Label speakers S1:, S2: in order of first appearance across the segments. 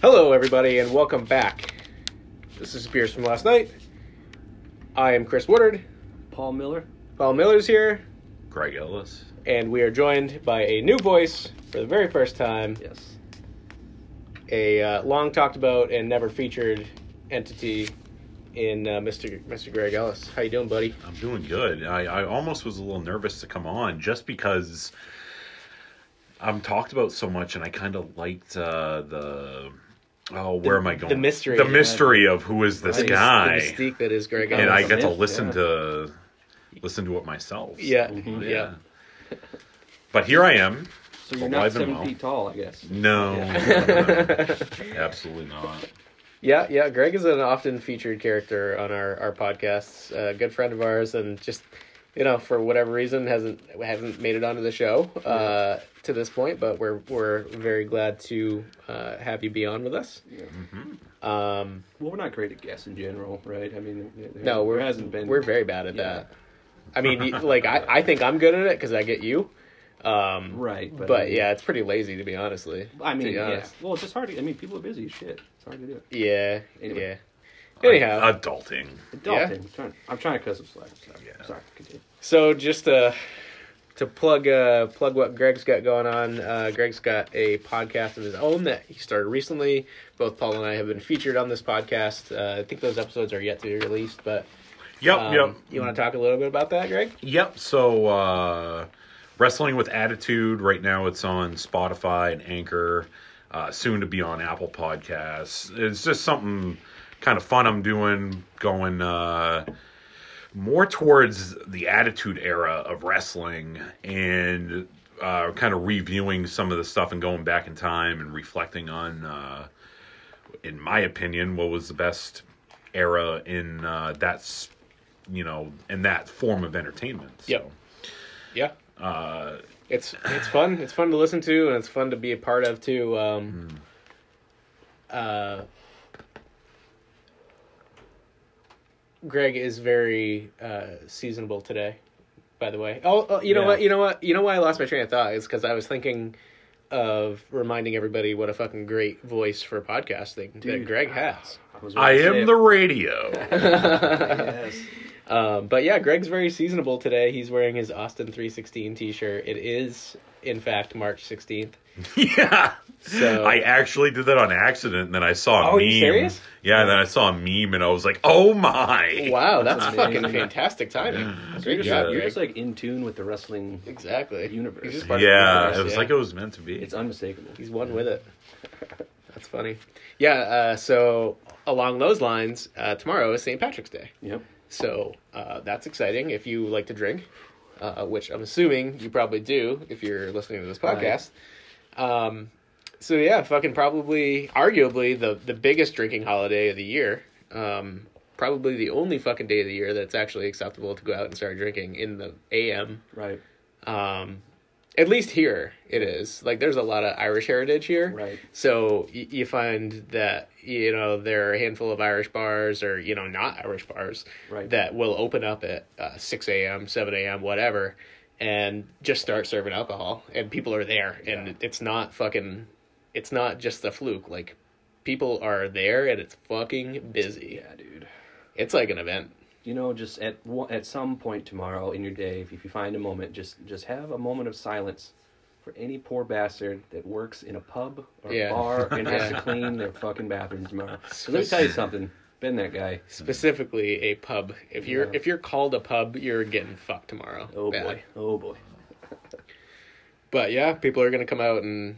S1: Hello, everybody, and welcome back. This is Pierce from last night. I am Chris Woodard.
S2: Paul Miller.
S1: Paul Miller's here,
S3: Greg Ellis.
S1: and we are joined by a new voice for the very first time,
S2: Yes.
S1: a uh, long talked about and never featured entity in uh, Mr. Mr. Greg Ellis. How you doing, buddy?
S3: I'm doing good. I, I almost was a little nervous to come on just because I'm talked about so much and I kind of liked uh, the. Oh, where am I going?
S1: the mystery.
S3: The mystery of who is this
S1: The mys-
S3: guy.
S1: the mystique that is Greg Ellis.
S3: and I
S2: Smith,
S3: get to listen
S2: yeah.
S3: to listen to it myself.
S1: yeah,
S2: Mhm.
S1: yeah,
S3: Yeah. But here I am.
S2: So you're
S3: Well,
S2: not
S3: I've been
S2: seven
S3: well.
S2: feet tall, I guess.
S3: No. Absolutely not.
S1: Yeah, yeah. Greg is an often featured character on our our podcasts. A good friend of ours, and just you know, for whatever reason, hasn't hasn't made it onto the show uh,
S2: Mm-hmm.
S1: to this point. But we're we're very glad to uh, have you be on with us.
S2: Mm-hmm.
S1: Um,
S2: Well, we're not great at guess in general, right? I mean, there, there-
S1: no, we're
S2: there hasn't been.
S1: we're very bad at
S2: Yeah.
S1: that. I mean, you- like I, I think I'm good at it because I get you. Um,
S2: right,
S1: But,
S2: but, I mean-
S1: yeah, it's pretty lazy to be honestly.
S2: I mean,
S1: to be
S2: yeah.
S1: honest.
S2: Well, it's just hard to. I mean, people are busy. as Shit, it's hard to do.
S1: yeah,
S2: Anyway.
S1: yeah. Anyhow,
S3: Adulting.
S2: Adulting. I'm trying. I'm trying to cuss up slack. So.
S3: Yeah.
S2: Sorry. Continue.
S1: So just to to plug uh, plug what Greg's got going on. Uh, Greg's got a podcast of his own that he started recently. Both Paul and I have been featured on this podcast. Uh, I think those episodes are yet to be released, but
S3: Yep,
S1: um,
S3: Oh, yep.
S1: you want to talk a little bit about that, Greg?
S3: Yep. So, uh, Wrestling with Attitude, right now it's on Spotify and Anchor, uh, soon to be on Apple Podcasts. It's just something kind of fun I'm doing, going uh, more towards the Attitude era of wrestling and uh, kind of reviewing some of the stuff and going back in time and reflecting on, uh, in my opinion, what was the best era in uh, that's you know, in that form of entertainment. So.
S1: Yep. Yeah. Uh, it's it's fun. It's fun to listen to, and it's fun to be a part of too. Um, uh, Greg is very uh, seasonable today. By the way, oh, oh, you know
S2: Yeah.
S1: what? You know what? You know why I lost my train of thought is because I was thinking of reminding everybody what a fucking great voice for podcasting that
S2: Dude.
S1: Greg has.
S2: was about
S3: I
S2: to say
S3: am
S2: it.
S3: the radio.
S2: yes.
S1: Um, but yeah, Greg's very seasonable today. He's wearing his Austin 316 t shirt. It is, in fact, March 16th.
S3: yeah.
S1: So-
S3: I actually did that on accident, and then I saw a
S1: Oh,
S3: meme.
S1: you serious?
S3: Yeah, and then I saw a meme, and I was like, "Oh my!"
S1: Wow, that's
S2: amazing.
S1: fucking fantastic timing.
S2: So you're
S1: Great
S2: just,
S1: job,
S2: you're
S1: Greg.
S2: just like in tune with the wrestling.
S1: exactly.
S2: universe.
S1: He's just part of the
S3: Yeah,
S1: universe,
S3: it was
S1: yeah.
S3: like it was meant to be.
S2: It's unmistakable.
S1: He's one with it. That's funny. Yeah, uh, so along those lines, uh, tomorrow is St. Patrick's Day.
S2: Yep.
S1: So uh, that's exciting if you like to drink, uh, which I'm assuming you probably do if you're listening to this podcast. Um, so yeah, fucking probably, arguably the the biggest drinking holiday of the year. Um, probably the only fucking day of the year that's actually acceptable to go out and start drinking in the AM.
S2: Right.
S1: Um, at least here it is. Like there's a lot of Irish heritage here.
S2: Right.
S1: So y- you find that you know there are a handful of Irish bars or you know not Irish bars
S2: Right.
S1: that will open up at uh, six a.m., seven a.m., whatever, and just start serving alcohol, and people are there, and
S2: Yeah.
S1: it's not fucking, it's not just a fluke. Like people are there, and it's fucking busy.
S2: Yeah, Mm-hmm. dude.
S1: It's like an event.
S2: you know just at one- at some point tomorrow in your day if, if you find a moment just just have a moment of silence for any poor bastard that works in a pub or
S1: Yeah.
S2: a bar and has
S1: Yeah.
S2: to clean their fucking bathroom tomorrow 'Cause let me tell you something been that guy
S1: Specifically, a pub. If you're
S2: Yeah.
S1: if you're called a pub, you're getting fucked tomorrow.
S2: oh
S1: Bad.
S2: boy oh boy
S1: But yeah, people are gonna come out and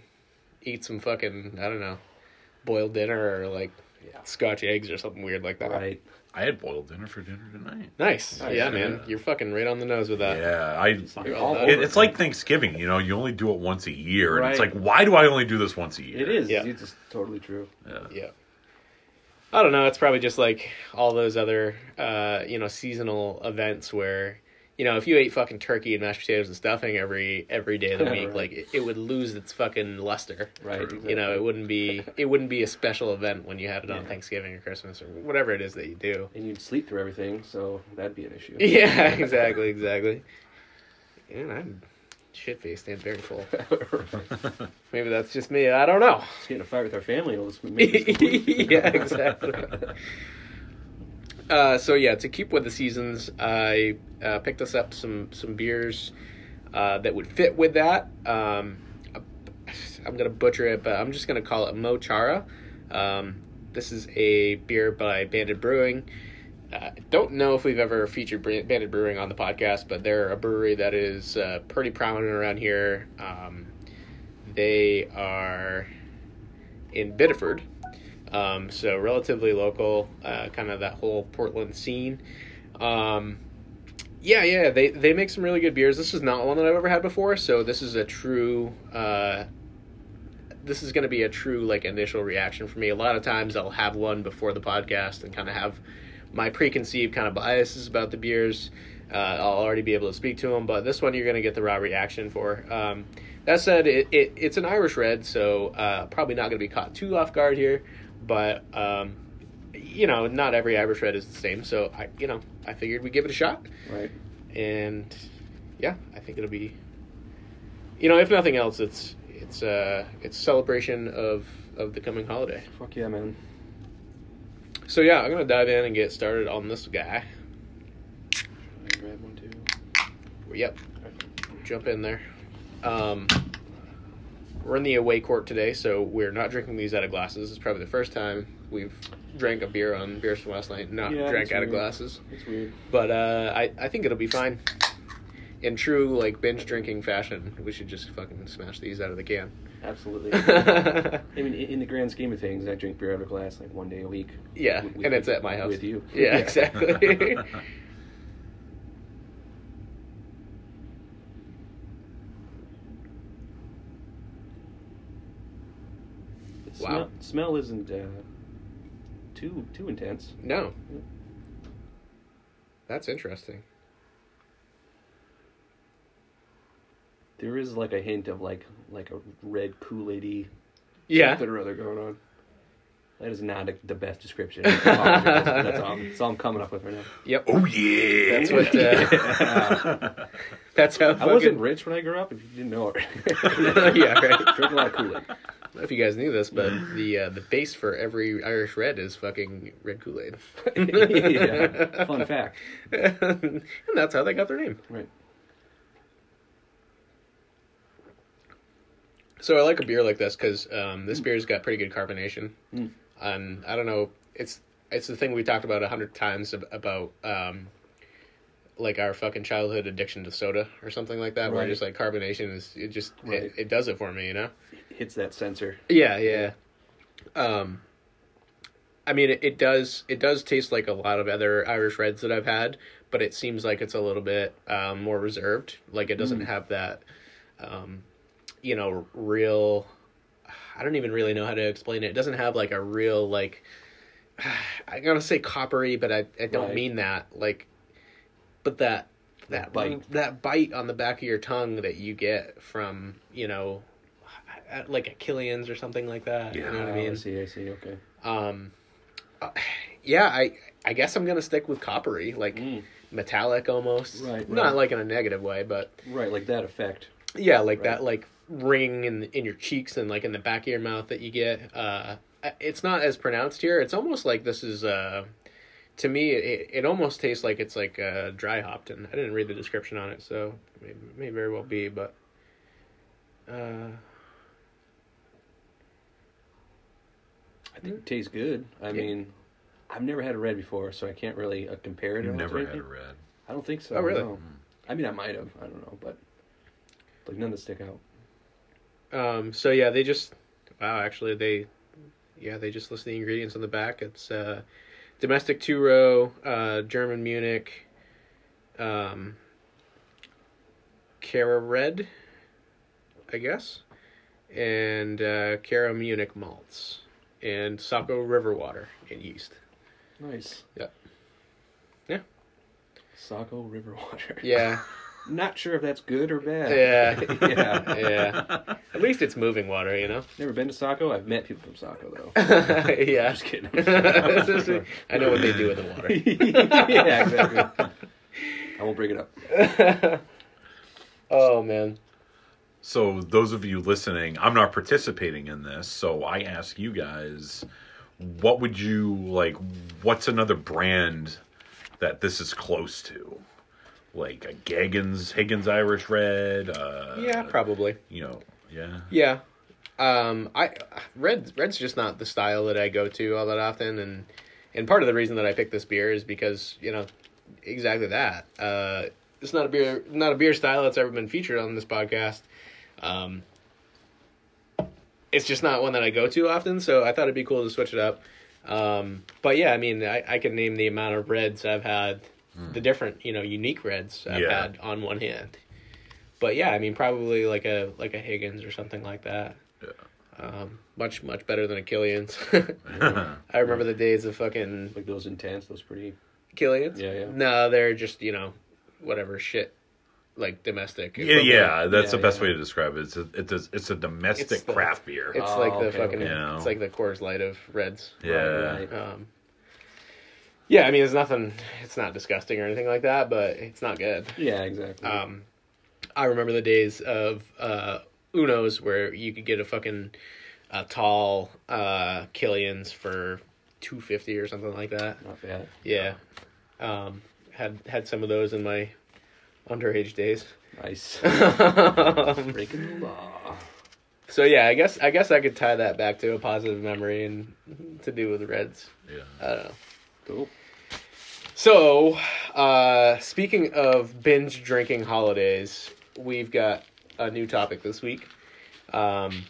S1: eat some fucking I don't know, boiled dinner or like
S2: Yeah.
S1: scotch eggs or something weird like that.
S2: right
S3: I had boiled dinner for dinner tonight.
S1: Nice.
S2: Nice,
S1: Yeah,
S2: yeah.
S1: man. You're fucking right on the nose with that.
S3: Yeah, I.
S1: You're
S2: You're
S1: all
S2: all
S1: done.
S3: It,
S2: over.
S3: it's like Thanksgiving, you know. You only do it once a year, and it's like,
S2: Right.
S3: why do I only do this once a year?
S2: it is
S1: Yeah.
S2: it's just totally true
S3: Yeah.
S1: Yeah. I don't know. It's probably just like all those other, uh, you know, seasonal events where, you know, if you ate fucking turkey and mashed potatoes and stuffing every every day of the
S2: Yeah,
S1: week,
S2: right.
S1: like it, it would lose its fucking luster.
S2: right
S1: You know, it wouldn't be it wouldn't be a special event when you had it on
S2: Yeah.
S1: Thanksgiving or Christmas or whatever it is that you do.
S2: and you'd sleep through everything so that'd be an issue
S1: Yeah, exactly, exactly. And I'm shit faced and very full. Maybe that's just me. I don't know.
S2: Just getting a fight with our family will just make this complete.
S1: yeah, exactly. Uh, so yeah, to keep with the seasons, I uh, picked us up some some beers uh, that would fit with that. Um, I'm gonna butcher it, but I'm just gonna call it Mochara. Um, this is a beer by Banded Brewing. Uh, don't know if we've ever featured Br- Banded Brewing on the podcast, but they're a brewery that is uh, pretty prominent around here. Um, they are in Biddeford, um, so relatively local, uh, kind of that whole Portland scene. Um, yeah, yeah, they they make some really good beers. This is not one that I've ever had before, so this is a true. Uh, this is going to be a true like initial reaction for me. A lot of times I'll have one before the podcast and kind of have my preconceived kind of biases about the beers. Uh, I'll already be able to speak to them, but this one you're going to get the raw reaction for. Um, that said, it, it, it's an Irish red, so uh, probably not going to be caught too off guard here. But um, you know, not every Irish red is the same, so I, you know, I figured we'd give it a shot
S2: Right.
S1: and yeah, I think it'll be. You know, if nothing else, it's it's uh it's celebration of of the coming holiday.
S2: Fuck yeah, man.
S1: So yeah, I'm gonna dive in and get started on this guy.
S2: Should I grab one too?
S1: Yep, jump in there. Um, we're in the away court today, so we're not drinking these out of glasses. It's probably the first time we've drank a beer on beers from last night, not
S2: Yeah,
S1: drank
S2: that's
S1: out of
S2: weird.
S1: glasses.
S2: It's weird.
S1: But uh, I I think it'll be fine. In true like binge drinking fashion, we should just fucking smash these out of the can.
S2: Absolutely. I
S1: yeah,
S2: mean, in in the grand scheme of things, I drink beer out of glass like one day a week. With- with-
S1: and it's at my house.
S2: with you.
S1: Yeah, exactly.
S2: It's
S1: Wow.
S2: Smell, smell isn't uh, too too intense.
S1: no. That's interesting.
S2: There is like a hint of like like a red Kool Aid
S1: Yeah.
S2: something or other going on. That is not a, the best description. I apologize, but that's, all, that's all I'm coming up with right now.
S1: Yep.
S3: Oh yeah.
S1: That's what uh, that's how
S2: I wasn't rich when I grew up. If you didn't know it,
S1: yeah, right.
S2: drink a lot of Kool Aid.
S1: I don't know if you guys knew this, but the uh, the base for every Irish red is fucking red Kool-Aid.
S2: yeah. Fun fact.
S1: and that's how they got their name.
S2: Right.
S1: So I like a beer like this because um, this beer's got pretty good carbonation.
S2: Hmm.
S1: Um, I don't know. It's it's the thing we talked about a hundred times ab- about um, like our fucking childhood addiction to soda or something like that. Where
S2: Right.
S1: just like carbonation is it just
S2: Right.
S1: it, it does it for me, you know?
S2: Hits that sensor.
S1: Yeah, yeah. Um, I mean, it, it does it does taste like a lot of other Irish reds that I've had, but it seems like it's a little bit um, more reserved. Like it
S2: Hmm.
S1: doesn't have that, um, you know, real. I don't even really know how to explain it. It doesn't have like a real like. I'm gonna say coppery, but I, I don't
S2: Right.
S1: mean that. Like, but that that
S2: bite.
S1: that bite on the back of your tongue that you get from you know at like a Killian's or something like that. You know what I
S2: Ah,
S1: mean?
S2: see. I see. Okay.
S1: Um, uh, yeah, I I guess I'm gonna stick with coppery, like
S2: Mm.
S1: metallic almost.
S2: Right, right.
S1: Not like in a negative way, but
S2: Right, like that effect.
S1: yeah, like
S2: Right.
S1: that like ring in in your cheeks and like in the back of your mouth that you get. Uh, I- it's not as pronounced here. It's almost like this is uh. To me, it, it almost tastes like it's like uh, dry hopped, and I didn't read the description on it, so it may, may very well be. But uh,
S2: I think it tastes good. I mean, I've never had a red before, so I can't really uh, compare it.
S3: you
S2: or
S3: never had a
S2: anything.
S3: red.
S2: I don't think so.
S1: Oh, really?
S2: no. I mean, I might have. I don't know, but like none that stick out.
S1: Um, so yeah, they just wow, actually they yeah, they just list the ingredients on the back. It's uh domestic two row, uh German Munich, um Cara Red, I guess. And uh Cara Munich malts and Saco River water and yeast.
S2: Nice.
S1: Yeah. Yeah.
S2: Saco River water.
S1: Yeah.
S2: Not sure if that's good or bad.
S1: Yeah.
S2: yeah.
S1: yeah. At least it's moving water, you know.
S2: Never been to Saco. I've met people from Saco though.
S1: yeah.
S2: Just kidding.
S1: I know what they do with the water.
S2: yeah, exactly. I won't bring it up.
S1: oh man.
S3: So those of you listening, I'm not participating in this, so I ask you guys, what would you like? What's another brand that this is close to? Like a Gaggins Higgins Irish Red. Uh,
S1: yeah, probably.
S3: You know, yeah.
S1: Yeah. Um, I red red's just not the style that I go to all that often, and and part of the reason that I picked this beer is because you know exactly that. Uh, it's not a beer not a beer style that's ever been featured on this podcast. Um, it's just not one that I go to often, so I thought it'd be cool to switch it up. Um, but yeah, I mean, I, I can name the amount of reds I've had, the different you know unique reds I've
S3: Yeah.
S1: had on one hand. But yeah, I mean, probably like a like a Higgins or something like that. Um, much much better than a Killian's. I remember the days of fucking
S2: Like those intense, those pretty.
S1: Killian's.
S2: Yeah, yeah.
S1: No, they're just you know whatever shit, like domestic.
S3: Yeah, yeah, that's
S2: Yeah,
S3: the best
S2: yeah.
S3: way to describe it. It's a, it's a, it's a domestic
S1: It's the-
S3: craft beer.
S1: It's
S2: Oh,
S1: like the
S2: okay,
S1: fucking.
S3: okay. Yeah.
S1: It's like the Coors Light of Reds.
S3: yeah,
S2: Right, right.
S1: Um, yeah, I mean, there's nothing. It's not disgusting or anything like that, but it's not good.
S2: Yeah, exactly.
S1: Um, I remember the days of uh, Unos where you could get a fucking uh, tall uh, Killians for two fifty or something like that.
S2: Not bad.
S1: Yeah, um, had had some of those in my underage days.
S2: Nice.
S1: Um,
S2: Breaking the law.
S1: so yeah, I guess I guess I could tie that back to a positive memory and to do with the Reds.
S3: yeah.
S1: I don't know.
S2: Cool.
S1: So, uh, speaking of binge drinking holidays, we've got a new topic this week. Um,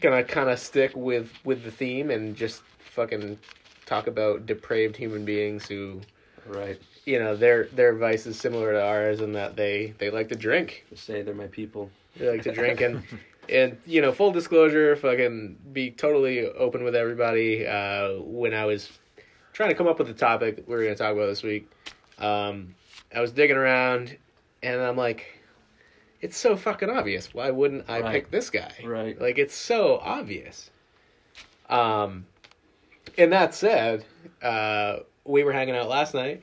S1: gonna kind of stick with with the theme and just fucking talk about depraved human beings who,
S2: Right.
S1: you know, their their vice is similar to ours in that they they like to drink.
S2: Just say they're my people.
S1: They like to drink and and you know, full disclosure, fucking be totally open with everybody. Uh, when I was trying to come up with the topic that we were gonna talk about this week, um, I was digging around and I'm like, it's so fucking obvious. Why wouldn't I
S2: Right.
S1: pick this guy?
S2: Right.
S1: Like it's so obvious. Um, and that said, uh, we were hanging out last night.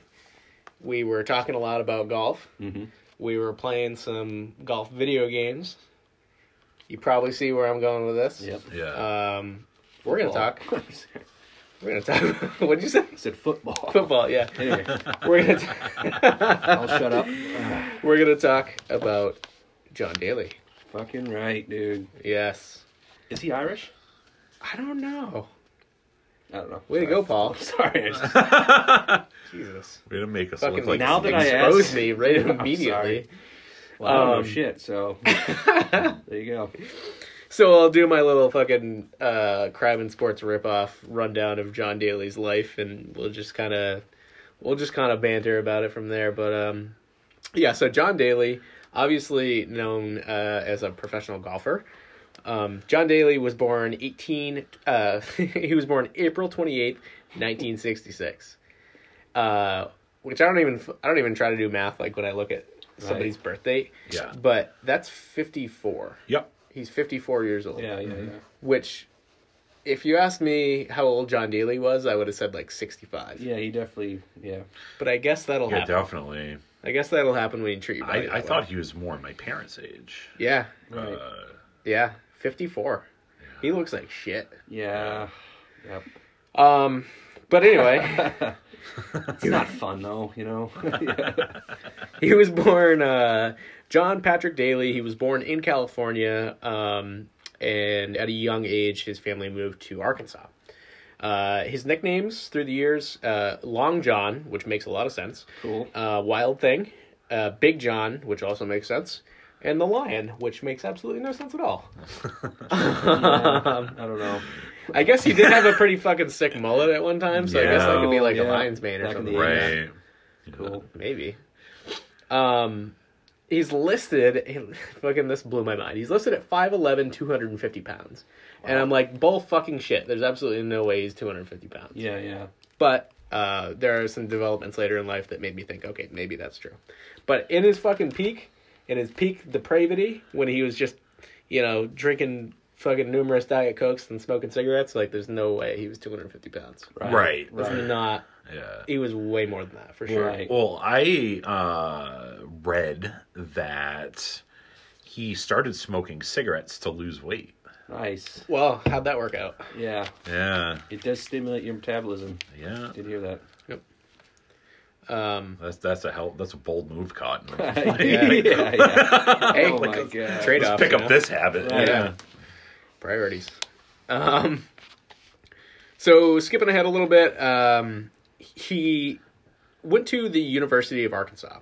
S1: We were talking a lot about golf.
S2: Mhm.
S1: We were playing some golf video games. You probably see where I'm going with this.
S2: Yep.
S3: Yeah.
S1: Um, we're gonna
S2: Football.
S1: talk. We're gonna talk. What'd you say?
S2: I said football.
S1: Football. Yeah.
S2: Anyway,
S1: We're gonna. T-
S2: I'll shut up. Ah,
S1: we're gonna talk about John Daly.
S2: fucking right, dude.
S1: Yes.
S2: Is he Irish?
S1: I don't know.
S2: I don't know.
S1: Way to
S2: Sorry.
S1: go, Paul.
S2: Sorry. I just-
S1: Jesus.
S3: Way to make us
S1: Fucking
S3: look like
S2: now that I
S1: exposed
S2: asked-
S1: me right
S2: I'm
S1: immediately.
S2: well, I don't know
S1: Um,
S2: shit, so there you go.
S1: So I'll do my little fucking uh, crime and sports ripoff rundown of John Daly's life, and we'll just kind of we'll just kind of banter about it from there. But um, yeah, so John Daly, obviously known uh, as a professional golfer. Um, John Daly was born eighteen. Uh, he was born April twenty eighth, nineteen sixty six. Uh, which I don't even I don't even try to do math like when I look at somebody's birth date.
S3: Yeah.
S1: But that's fifty four.
S3: Yep.
S1: He's 54 years old.
S2: Yeah, yeah, yeah.
S1: Which, if you asked me how old John Daly was, I would have said like 65.
S2: Yeah, he definitely, yeah.
S1: But I guess that'll
S3: Yeah,
S1: happen.
S3: definitely.
S1: I guess that'll happen when you treat your body.
S3: I,
S1: that
S3: I
S1: way.
S3: thought he was more my parents' age.
S1: Yeah,
S2: Right.
S3: Uh,
S1: yeah, 54. He looks like shit.
S2: yeah. Yep.
S1: Um, but anyway,
S2: It's not fun though, you know.
S1: he was born uh, John Patrick Daly. He was born in California, um, and at a young age, his family moved to Arkansas. Uh, his nicknames through the years: uh, Long John, which makes a lot of sense.
S2: cool.
S1: uh, Wild Thing, uh, Big John, which also makes sense, and the Lion, which makes absolutely no sense at all. Um,
S2: Yeah, I don't know.
S1: I guess he did have a pretty fucking sick mullet at one time, so I guess that could be
S2: Yeah.
S1: like a
S2: Yeah.
S1: lion's mane or
S2: Back in the
S1: something.
S3: right.
S1: Uh,
S2: Cool.
S1: Maybe. Um, he's listed. Fucking this blew my mind. He's listed at 5'11", 250 pounds, and I'm like, bull fucking shit. There's absolutely no way he's two hundred fifty pounds.
S2: Yeah, yeah.
S1: But uh, there are some developments later in life that made me think, okay, maybe that's true. But in his fucking peak, in his peak depravity, when he was just, you know, drinking fucking numerous Diet Cokes and smoking cigarettes, like, there's no way he was 250 pounds.
S3: Right.
S1: That's not,
S3: Yeah.
S1: he was way more than that, for sure.
S2: Right.
S3: Well, I uh, read that he started smoking cigarettes to lose weight.
S2: Nice.
S1: Well, how'd that work out?
S2: Yeah,
S3: Yeah,
S2: it does stimulate your metabolism.
S3: yeah.
S2: Did hear that?
S1: Um,
S3: That's that's a hell. That's a bold move, Cotton.
S2: yeah, yeah, yeah.
S1: Hey,
S2: oh my
S1: like
S2: god.
S1: trade-
S3: Let's
S1: Trade-offs,
S3: pick
S1: you
S3: up
S1: know?
S3: this habit.
S2: Right.
S3: Yeah.
S1: priorities. Um, so skipping ahead a little bit, um, he went to the University of Arkansas.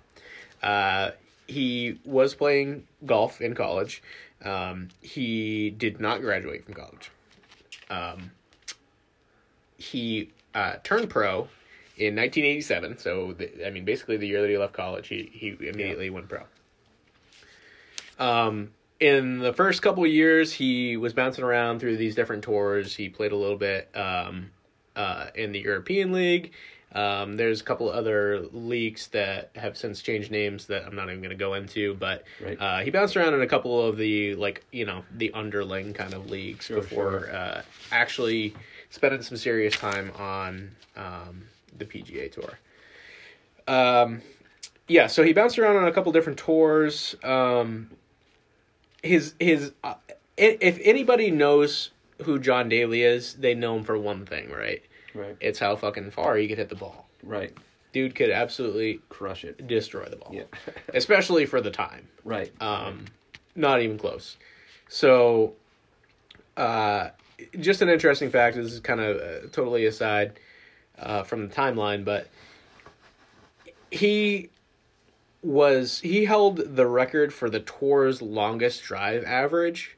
S1: Uh, he was playing golf in college. Um, he did not graduate from college. Um, he uh, turned pro in 1987. So the, I mean, basically the year that he left college, he he immediately went pro. Um, in the first couple of years, he was bouncing around through these different tours. He played a little bit um, uh, in the European League. Um, there's a couple other leagues that have since changed names that I'm not even going to go into, but
S2: Right.
S1: uh, he bounced around in a couple of the like you know the underling kind of leagues
S2: Sure,
S1: before
S2: sure.
S1: Uh, actually spending some serious time on um, the PGA Tour. Um, yeah, so he bounced around on a couple different tours. Um, his his uh, i- if anybody knows who John Daly is, they know him for one thing, right?
S2: Right,
S1: It's how fucking far he could hit the ball.
S2: right.
S1: Dude could absolutely
S2: Crush it.
S1: destroy the ball,
S2: Yeah.
S1: especially for the time.
S2: right.
S1: Um, not even close. So, uh, just an interesting fact. This is kind of uh, totally aside uh, from the timeline, but he was he held the record for the tour's longest drive average.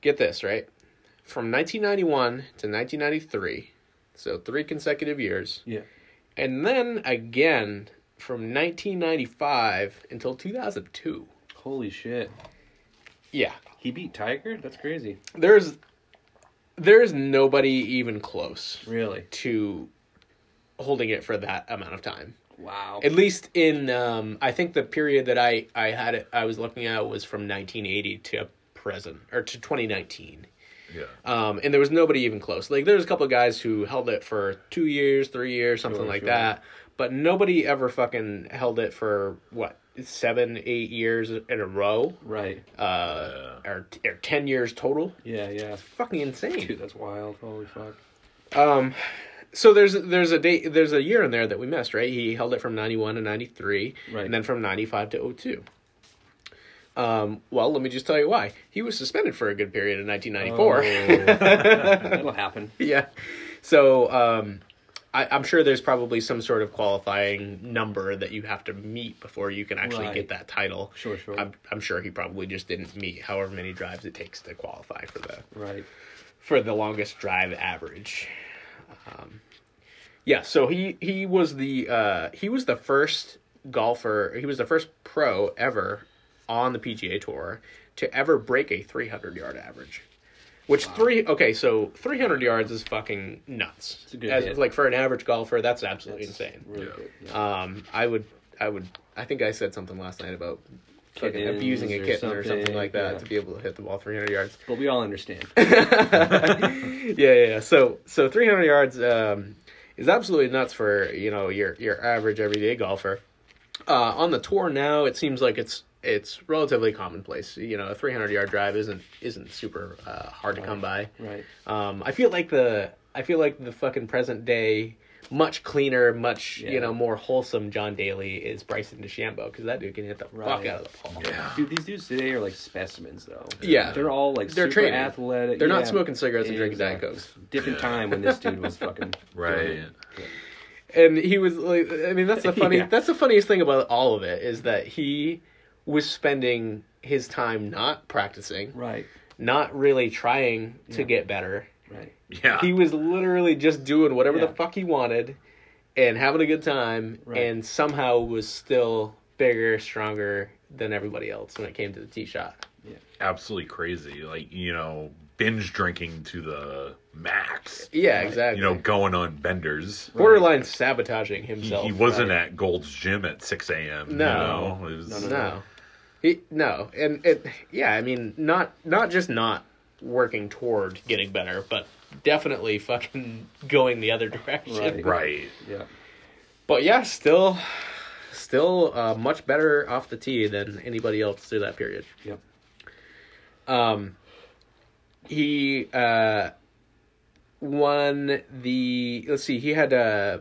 S1: Get this right, from 1991 to 1993, so three consecutive years.
S2: yeah.
S1: And then again from 1995 until 2002.
S2: Holy shit.
S1: Yeah.
S2: He beat Tiger? That's crazy.
S1: There's there's nobody even close
S2: Really?
S1: to holding it for that amount of time.
S2: Wow.
S1: At least in um I think the period that I I had it I was looking at was from 1980 to present or to 2019.
S3: yeah.
S1: Um, and there was nobody even close. Like there's a couple of guys who held it for two years, three years, something
S2: Sure,
S1: like
S2: sure.
S1: that. But nobody ever fucking held it for what seven, eight years in a row,
S2: right.
S1: uh,
S3: Yeah.
S1: or, or ten years total.
S2: Yeah, yeah.
S1: Fucking insane.
S2: Dude, that's wild. Holy fuck.
S1: Um, so there's there's a date there's a year in there that we missed, right? He held it from ninety one to ninety three,
S2: Right.
S1: and then from ninety five to 02. Um, well, let me just tell you why. He was suspended for a good period in nineteen ninety four.
S2: Oh. That'll happen.
S1: yeah. So um, I, I'm sure there's probably some sort of qualifying number that you have to meet before you can actually
S2: Right.
S1: get that title.
S2: Sure, sure.
S1: I'm, I'm sure he probably just didn't meet however many drives it takes to qualify for the
S2: Right.
S1: for the longest drive average. Um, yeah, so he he was the uh, he was the first golfer. He was the first pro ever on the PGA Tour to ever break a 300 yard average. Which three? Okay, so 300 yards is fucking nuts.
S2: a good
S1: As-
S2: hit.
S1: like for an average golfer, that's absolutely
S2: That's
S1: insane.
S2: Really
S3: Yeah.
S2: good. Yeah.
S1: Um, I would, I would, I think I said something last night about fucking
S2: Kittens
S1: abusing a
S2: or
S1: kitten or something
S2: something,
S1: like that
S2: yeah.
S1: to be able to hit the ball 300 yards
S2: But we all understand.
S1: yeah, yeah, yeah. So so 300 yards um, is absolutely nuts for you know your your average everyday golfer. Uh, on the tour now, it seems like it's it's relatively commonplace. You know, a 300 yard drive isn't isn't super uh, hard to come by.
S2: Right.
S1: Um, I feel like the I feel like the fucking present day. Much cleaner, much
S2: Yeah.
S1: you know, more wholesome. John Daly is Bryson DeChambeau because that dude can hit the fuck
S2: Right.
S1: out of the ball.
S3: Yeah.
S2: Dude, these dudes today are like specimens, though.
S1: Yeah.
S2: They're all like
S1: They're
S2: super
S1: training.
S2: athletic.
S1: They're not
S2: Yeah.
S1: smoking cigarettes and drinking Diet
S2: Exactly.
S1: Cokes.
S2: Different
S3: Yeah.
S2: time when this dude was fucking.
S3: Right.
S1: and he was like i mean that's the funny
S2: Yeah.
S1: that's the funniest thing about all of it is that he was spending his time not practicing
S2: Right.
S1: not really trying to
S2: Yeah.
S1: get better
S2: Right.
S3: Yeah.
S1: he was literally just doing whatever
S2: Yeah.
S1: the fuck he wanted and having a good time
S2: Right.
S1: and somehow was still bigger stronger than everybody else when it came to the tee shot
S3: Absolutely crazy. Like you know, binge drinking to the max.
S1: yeah exactly
S3: You know, going on benders.
S1: borderline sabotaging
S3: He,
S1: himself
S3: he wasn't
S2: right.
S3: at Gold's Gym at six a.m.
S1: No.
S3: you know? It was-
S2: No,
S1: No. He, no, and it yeah, I mean not not just not working toward getting better, but definitely fucking going the other direction.
S2: Right.
S3: Right.
S2: Yeah.
S1: But yeah, still still uh, much better off the tee than anybody else through that period.
S2: Yep.
S1: Um, he uh, won the. Let's see. He had uh,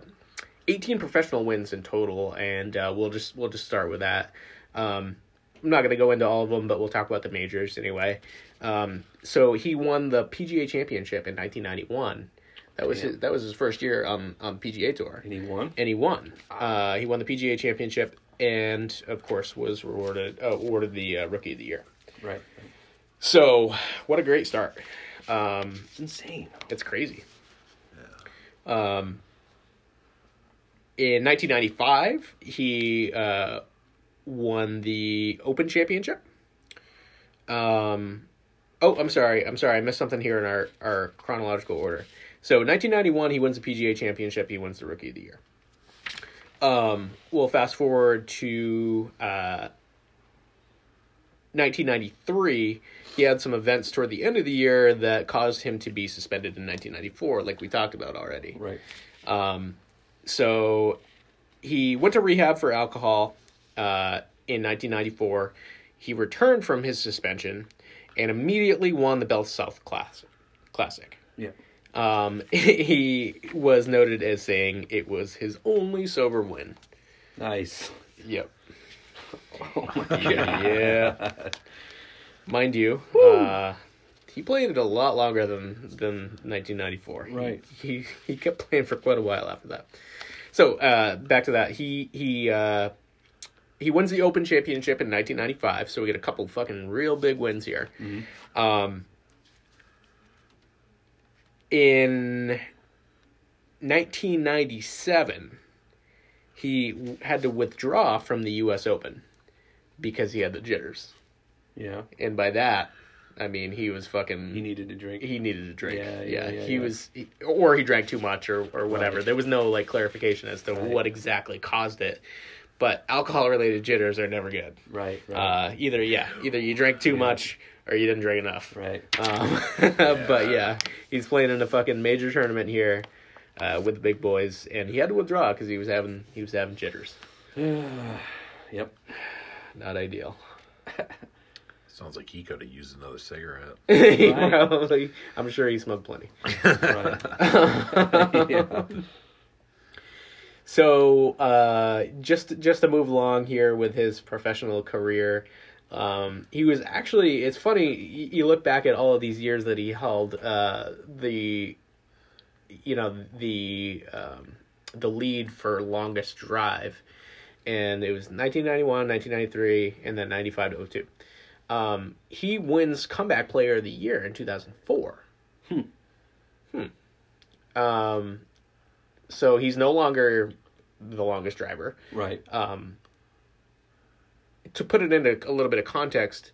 S1: 18 professional wins in total, and uh, we'll just we'll just start with that. Um, I'm not going to go into all of them, but we'll talk about the majors anyway. Um, so he won the PGA Championship in 1991. That was
S2: Damn.
S1: his, that was his first year on on PGA Tour
S2: And he won.
S1: and he won. Uh, he won the PGA Championship, and of course was rewarded uh, awarded the uh, Rookie of the Year.
S2: Right.
S1: So, what a great start! Um,
S2: It's insane.
S1: it's crazy. Um, in 1995, he uh, won the Open Championship. Um, oh, I'm sorry. I'm sorry. I missed something here in our, our chronological order. So, 1991, he wins the PGA Championship. He wins the Rookie of the Year. Um, we'll fast forward to uh, 1993, he had some events toward the end of the year that caused him to be suspended in 1994, like we talked about already.
S2: Right.
S1: Um, so he went to rehab for alcohol uh, in 1994. He returned from his suspension and immediately won the Bell South Class- Classic.
S2: Yeah.
S1: Um, he was noted as saying it was his only sober win.
S2: Nice.
S1: Yep.
S2: Oh my god.
S1: yeah. Mind you, uh, he played it a lot longer than than 1994. He-
S2: Right.
S1: He he, kept playing for quite a while after that. So uh, back to that, he he uh, he wins the Open Championship in 1995. So we get a couple fucking real big wins here. Um, in 1997, he w- had to withdraw from the U.S. Open because he had the jitters.
S2: Yeah.
S1: And by that, I mean he was fucking.
S2: He needed to drink.
S1: he needed a drink. Yeah,
S2: Yeah, yeah, yeah,
S1: he
S2: yeah.
S1: was, he, or he drank too much, or or whatever.
S2: Right.
S1: There was no like clarification as to
S2: Right.
S1: what exactly caused it. But alcohol related jitters are never good.
S2: Right. Right.
S1: Uh, either yeah, either you drank too much or you didn't drink enough.
S2: right.
S1: Um, But yeah, he's playing in a fucking major tournament here uh, with the big boys, and he had to withdraw because he was having he was having jitters.
S2: yep.
S1: Not ideal.
S3: Sounds like he could have used another cigarette.
S1: He
S2: Right.
S1: probably, I'm sure he smoked plenty.
S2: Right. yeah.
S1: So uh, just just to move along here with his professional career, um, he was actually. It's funny y- you look back at all of these years that he held uh, the, you know the um, the lead for longest drive, and it was 1991, 1993, and then 95 to 02. Um, he wins comeback player of the year in 2004. Hmm. Um, so he's no longer the longest driver.
S2: Right.
S1: Um, to put it into a little bit of context,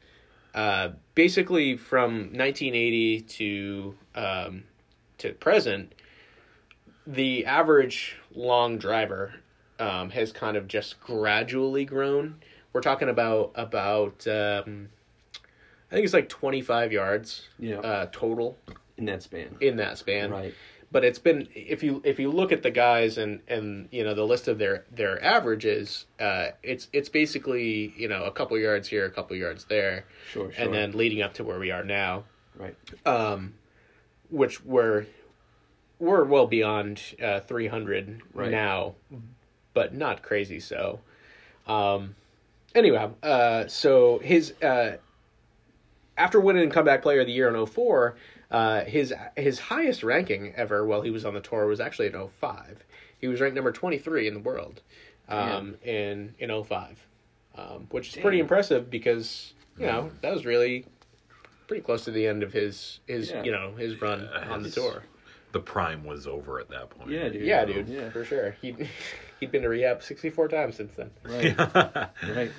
S1: uh, basically from 1980 to um, to present, the average long driver um, has kind of just gradually grown. We're talking about about um, I think it's like 25 yards
S2: Yeah.
S1: uh, total
S2: In that span.
S1: in that span
S2: Right.
S1: but it's been if you if you look at the guys and and you know the list of their their averages uh it's it's basically you know a couple yards here a couple yards there
S2: Sure. Sure.
S1: and then leading up to where we are now
S2: Right.
S1: um which we're we're well beyond uh 300
S2: Right.
S1: now but not crazy so um anyway uh so his uh after winning comeback player of the year in 04 uh his his highest ranking ever while he was on the tour was actually in 05 he was ranked number 23 in the world um in in 05 um which is pretty
S2: Damn.
S1: impressive because you know that was really pretty close to the end of his his
S2: Yeah.
S1: you know his run on the
S3: his-
S1: tour.
S3: The prime was over at that point.
S2: Yeah, dude.
S1: Yeah, dude,
S2: Yeah.
S1: for sure. He he'd been to rehab sixty four times since then.
S2: Right. Right.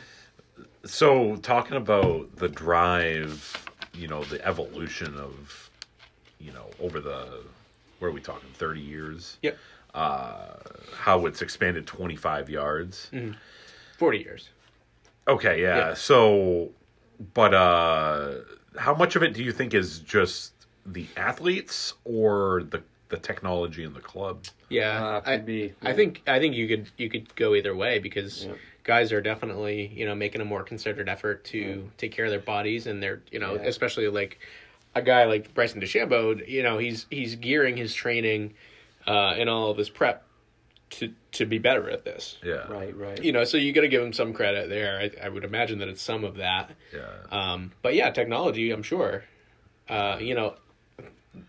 S3: So talking about the drive, you know, the evolution of, you know, over the what are we talking, thirty years?
S1: Yep,
S3: Uh, how it's expanded twenty five yards.
S1: forty years.
S3: Okay, yeah.
S1: Yeah.
S3: So, but uh, how much of it do you think is just the athletes or the the technology in the club.
S1: Yeah,
S2: Uh,
S1: I,
S2: could be,
S1: I
S2: yeah.
S1: think I think you could you could go either way because
S2: Yeah.
S1: guys are definitely you know making a more concerted effort to take care of their bodies and their you know
S2: Yeah.
S1: especially like a guy like Bryson DeChambeau you know he's he's gearing his training uh, and all of his prep to to be better at this
S3: Yeah,
S2: Right, right.
S1: you know so you got to give him some credit there I, I would imagine that it's some of that
S3: yeah.
S1: um, but yeah, technology, I'm sure. Uh, you know,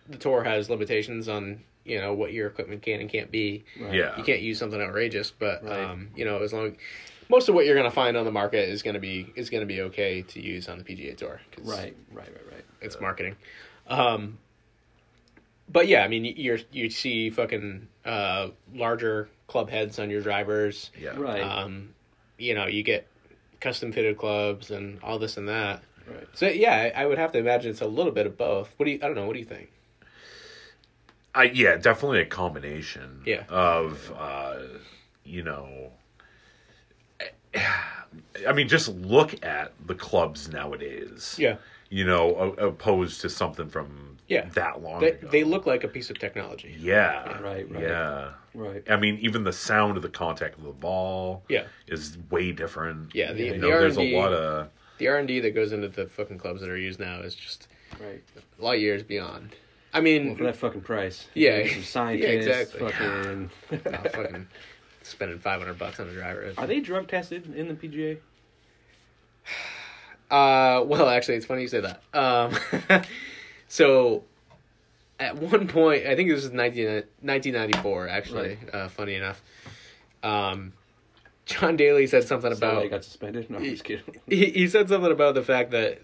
S1: the tour has limitations on you know what your equipment can and can't be.
S2: Right.
S3: Yeah.
S1: You can't use something outrageous, but
S2: Right.
S1: um, you know, as long most of what you're gonna find on the market is gonna be is gonna be okay to use on the PGA Tour. 'cause
S2: Right, right, right, right.
S1: It's marketing. Um, but yeah, I mean, you're you see fucking uh, larger club heads on your drivers.
S3: Yeah.
S2: Right,
S1: Um, you know, you get custom fitted clubs and all this and that.
S2: right.
S1: So yeah, I I would have to imagine it's a little bit of both. What do you? I don't know. What do you think?
S3: I yeah, definitely a combination.
S1: Yeah.
S3: Of uh, you know, I mean, just look at the clubs nowadays.
S1: Yeah,
S3: You know, o- opposed to something from
S1: Yeah.
S3: that long
S1: they
S3: ago.
S1: they look like a piece of technology.
S3: Yeah.
S2: Right, right.
S3: Yeah.
S2: Right.
S3: I mean, even the sound of the contact of the ball
S1: Yeah,
S3: is way different.
S1: Yeah, the-
S3: you
S1: the
S3: know, there's a
S1: R&D
S3: lot of
S1: the R and D that goes into the fucking clubs that are used now is just
S2: Right.
S1: light years beyond. I
S2: Well,
S1: mean,
S2: for that fucking price.
S1: Yeah.
S2: You get Some scientists.
S1: Yeah, exactly.
S2: Fucking.
S1: not fucking spending five hundred bucks on a driver.
S2: Are they drug tested in the PGA?
S1: Uh, well, actually, it's funny you say that. Um, so at one point, I think this is 19, 1994, Actually, uh, funny enough, um, John Daly said something about
S2: Somebody got suspended. No, I'm just kidding.
S1: he, he said something about the fact that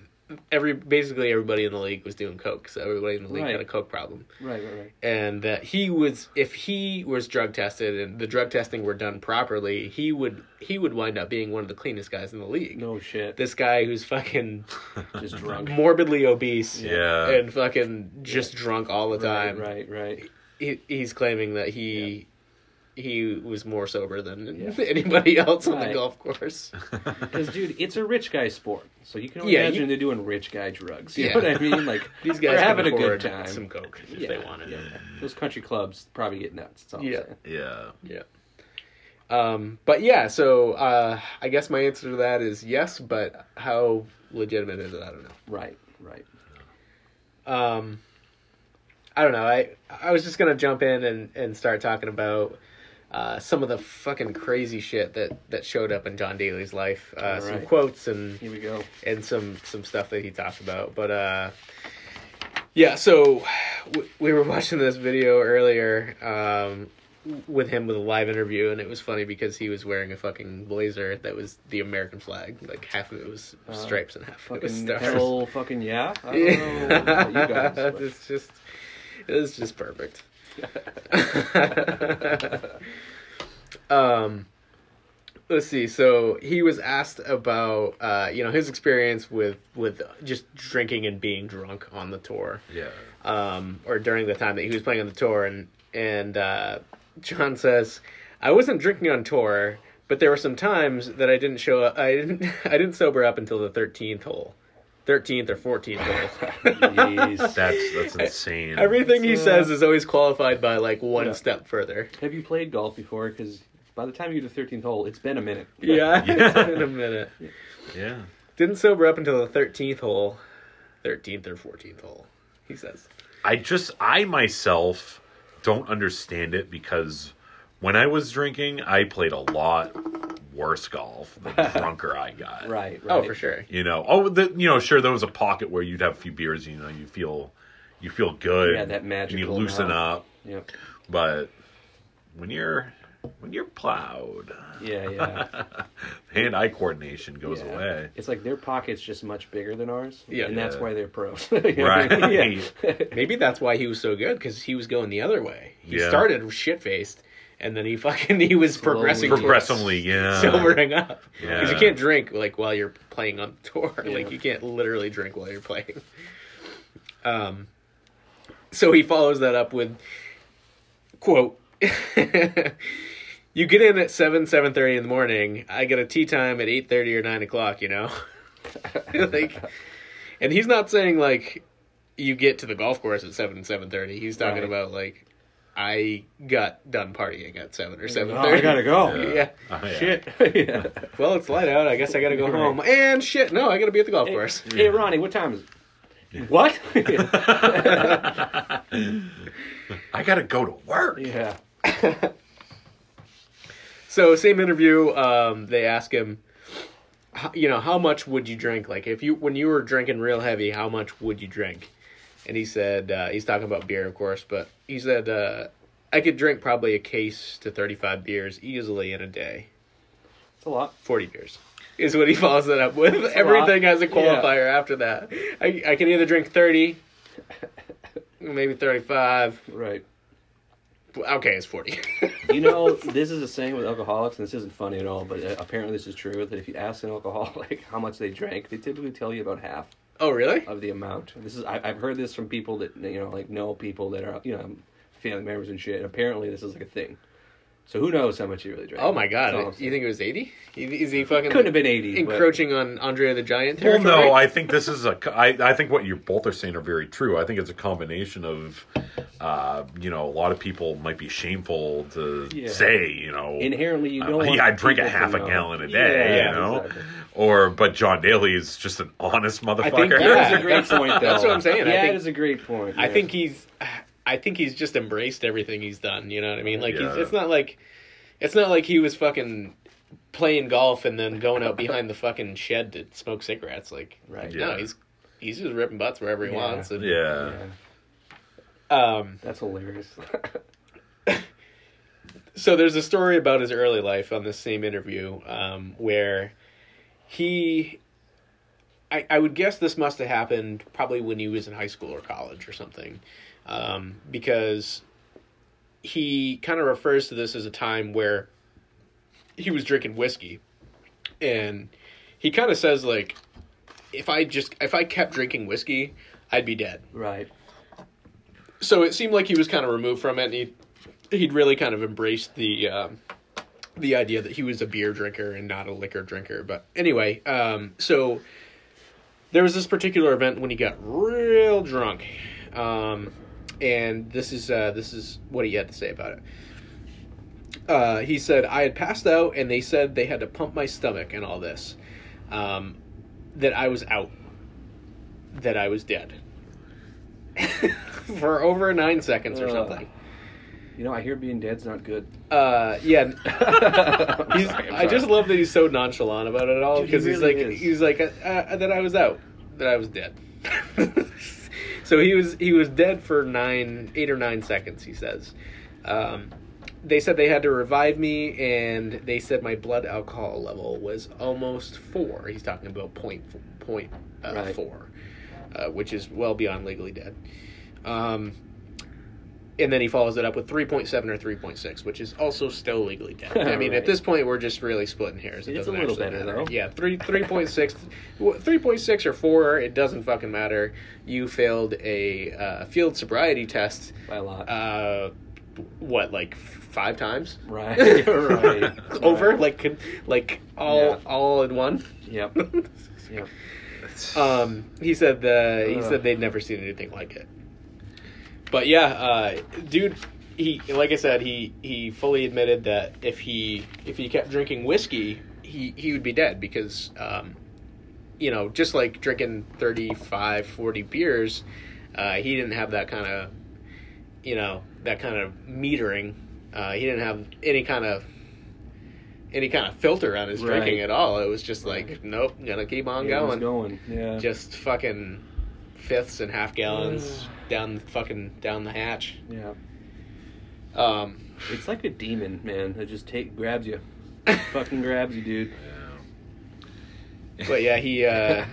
S1: every basically everybody in the league was doing coke, so everybody in the league
S2: Right.
S1: had a coke problem,
S2: Right, right, right.
S1: and that he was if he was drug tested and the drug testing were done properly, he would he would wind up being one of the cleanest guys in the league.
S2: No shit.
S1: This guy who's fucking
S2: Just drunk.
S1: morbidly obese
S3: yeah.
S1: and fucking just drunk all the time.
S2: Right, right, right.
S1: He, he's claiming that he he was more sober than anybody else on the
S2: Right.
S1: golf course.
S2: Because, dude, it's a rich guy sport. So you can only
S1: Yeah,
S2: imagine
S1: you-
S2: they're doing rich guy drugs. You
S1: Yeah.
S2: know what I mean? Like,
S1: These guys
S2: they're
S1: can
S2: having a
S1: afford
S2: good time.
S1: some coke if
S2: Yeah.
S1: they wanted it.
S2: Those country clubs probably get nuts. That's all
S1: Yeah.
S2: I'm saying.
S3: yeah.
S1: Yeah. Um, but yeah, so uh, I guess my answer to that is yes, but how legitimate is it? I don't know.
S2: Right, right.
S1: Um, I don't know. I I was just gonna jump in and, and start talking about uh, some of the fucking crazy shit that, that showed up in John Daly's life. Uh, Some
S2: Alright.
S1: quotes and
S2: Here we go.
S1: and some some stuff that he talked about. But uh, yeah, so we, we were watching this video earlier um, w- with him with a live interview, and it was funny because he was wearing a fucking blazer that was the American flag. Like half of it was stripes and half of it was
S2: Uh, Fucking
S1: stars.
S2: hell, fucking yeah. I don't know about Oh, you guys,
S1: Yeah,
S2: but-
S1: it's just it's just perfect. um let's see so he was asked about uh you know his experience with with just drinking and being drunk on the tour
S3: Yeah.
S1: um, or during the time that he was playing on the tour, and and uh, John says, "I wasn't drinking on tour, but there were some times that I didn't show up. I didn't I didn't sober up until the thirteenth hole, thirteenth or fourteenth hole.
S2: Jeez.
S3: That's that's insane.
S1: Everything he
S2: That's, uh,
S1: says is always qualified by like one
S2: Yeah.
S1: step further.
S2: Have you played golf before? Because by the time you get to 13th hole, it's been a minute.
S1: Yeah,
S3: Yeah.
S1: it's been a minute.
S3: Yeah.
S1: Didn't sober up until the thirteenth hole, thirteenth or fourteenth hole." He says,
S3: I just I myself don't understand it because when I was drinking, I played a lot worse golf the drunker I got.
S2: Right, right.
S1: "Oh, for sure.
S3: You know, oh, the, you know, sure there was a pocket where you'd have a few beers, you know, you feel you feel good.
S2: Yeah, that
S3: And you
S2: magical
S3: loosen
S2: amount.
S3: up,
S2: Yep.
S3: but when you're when you're plowed,
S2: Yeah, yeah.
S3: hand-eye coordination goes
S2: yeah.
S3: away.
S2: It's like their pocket's just much bigger than ours.
S1: Yeah.
S2: And that's
S3: Yeah.
S2: why they're pros. You know what I
S3: Right.
S2: mean? Yeah.
S1: Maybe that's why he was so good because he was going the other way. He
S3: Yeah.
S1: started shit faced, and then he fucking he was
S2: Slowly.
S1: progressing towards
S3: Progressively, yeah.
S1: sobering up because
S3: Yeah.
S1: you can't drink like while you're playing on the tour. Like
S2: Yeah.
S1: you can't literally drink while you're playing. Um, so he follows that up with quote. You get in at seven, seven thirty in the morning. I get a tea time at eight thirty or nine o'clock. You know, like, and he's not saying like you get to the golf course at seven, seven thirty. He's talking
S2: Right.
S1: about like I got done partying at seven or seven
S2: No,
S1: thirty.
S2: "Oh, I gotta go.
S1: Yeah.
S3: Oh, yeah.
S2: Shit. yeah.
S1: Well, it's light out. I guess I gotta go home. And shit, no, I gotta be at the golf course.
S2: Hey, hey, Ronnie, what time is it? What? yeah.
S3: I gotta go to work.
S2: yeah.
S1: So same interview, um, they ask him, h- you know, how much would you drink? Like if you when you were drinking real heavy, how much would you drink? And he said uh, he's talking about beer, of course, but he said uh, I could drink probably a case to thirty five beers easily in a day.
S2: It's a lot.
S1: Forty beers is what he follows it up with. Everything has a
S2: Yeah.
S1: qualifier after that. I I can either drink thirty, maybe thirty five.
S2: Right.
S1: Okay, it's forty.
S2: You know, this is a saying with alcoholics, and this isn't funny at all, but uh, apparently this is true, that if you ask an alcoholic how much they drank, they typically tell you about half
S1: oh really?
S2: of the amount. This is I, I've heard this from people that, you know, like know people that are, you know, family members and shit, and apparently this is like a thing. So who knows how much you really drank.
S1: Oh my
S2: That's all I'm
S1: god! You
S2: saying.
S1: think it was eighty? Is he fucking
S2: Couldn't have been 80. but-
S1: encroaching on Andre the Giant
S3: Well,
S1: territory?
S3: no, I think this is a. co- I, I think what you both are saying are very true. I think it's a combination of, uh, you know, a lot of people might be shameful to
S2: Yeah.
S3: say, you know,
S2: Inherently, you
S3: uh,
S2: don't want
S3: yeah, I drink a
S2: people to
S3: half a
S2: know.
S3: gallon a
S2: Yeah,
S3: day,
S2: yeah,
S3: you know,
S2: exactly.
S3: or but John Daly is just an honest motherfucker.
S2: That is
S1: Yeah.
S2: a great point, though.
S1: That's what I'm saying. I
S2: Yeah,
S1: think-
S2: it is a great point.
S1: I
S2: yeah.
S1: think he's, I think he's just embraced everything he's done. You know what I mean? Like he's,
S3: Yeah.
S1: it's not like, it's not like he was fucking playing golf and then going out behind the fucking shed to smoke cigarettes. Like,
S2: Right.
S1: no,
S3: Yeah.
S1: he's he's just ripping butts wherever he
S2: Yeah.
S1: wants. And,
S3: yeah.
S2: Yeah,
S1: Um.
S2: that's hilarious.
S1: so there's a story about his early life on this same interview um, where he I, I would guess this must have happened probably when he was in high school or college or something um, because he kind of refers to this as a time where he was drinking whiskey and he kind of says like if i just if i kept drinking whiskey i'd be dead
S2: right.
S1: so it seemed like he was kind of removed from it and he he'd really kind of embraced the um the idea that he was a beer drinker and not a liquor drinker but anyway um so there was this particular event when he got real drunk um and this is uh this is what he had to say about it uh, he said I had passed out, and they said they had to pump my stomach and all this, um, that I was out, that I was dead, for over nine seconds or
S2: Ugh.
S1: something.
S2: You know, I hear being dead's not good.
S1: Uh, yeah,
S2: I'm
S1: he's,
S2: sorry, I'm
S1: I just
S2: sorry.
S1: love that he's so nonchalant about it all
S2: Dude, he
S1: because
S2: really
S1: he's like
S2: is.
S1: he's like uh, uh, that I was out, that I was dead. so he was he was dead for nine, eight or nine seconds. He says. Um, they said they had to revive me, and they said my blood alcohol level was almost four. He's talking about point point uh,
S2: Right.
S1: four, uh, which is well beyond legally dead. Um, and then he follows it up with 3.7 or 3.6, which is also still legally dead. I mean, at
S2: Right.
S1: this point, we're just really splitting hairs. It
S2: It's a
S1: doesn't
S2: little
S1: actually
S2: better,
S1: matter.
S2: though.
S1: Yeah, 3, 3.6, well, 3.6 or 4, it doesn't fucking matter. You failed a uh, field sobriety test,
S2: by a lot.
S1: uh, what, like five times?
S2: right. right.
S1: Over?
S2: Right.
S1: Like, could- like all,
S2: Yeah.
S1: all in one?
S2: Yep. Yep.
S1: Um, he said the he
S2: Ugh.
S1: said they'd never seen anything like it. But yeah, uh, dude, he like I said, he he fully admitted that if he if he kept drinking whiskey, he he would be dead because um, you know, just like drinking 35, 40 beers, uh, he didn't have that kind of you know that kind of metering. Uh, he didn't have any kind of any kind of filter on his
S2: Right.
S1: drinking at all. It was just like, nope, gonna keep on
S2: Yeah, he's
S1: going
S2: going. Yeah.
S1: just fucking fifths and half gallons
S2: Ugh.
S1: down the fucking down the hatch.
S2: Yeah.
S1: Um,
S2: It's like a demon, man. It just take grabs you. Fucking grabs you, dude.
S1: but yeah, he. Uh,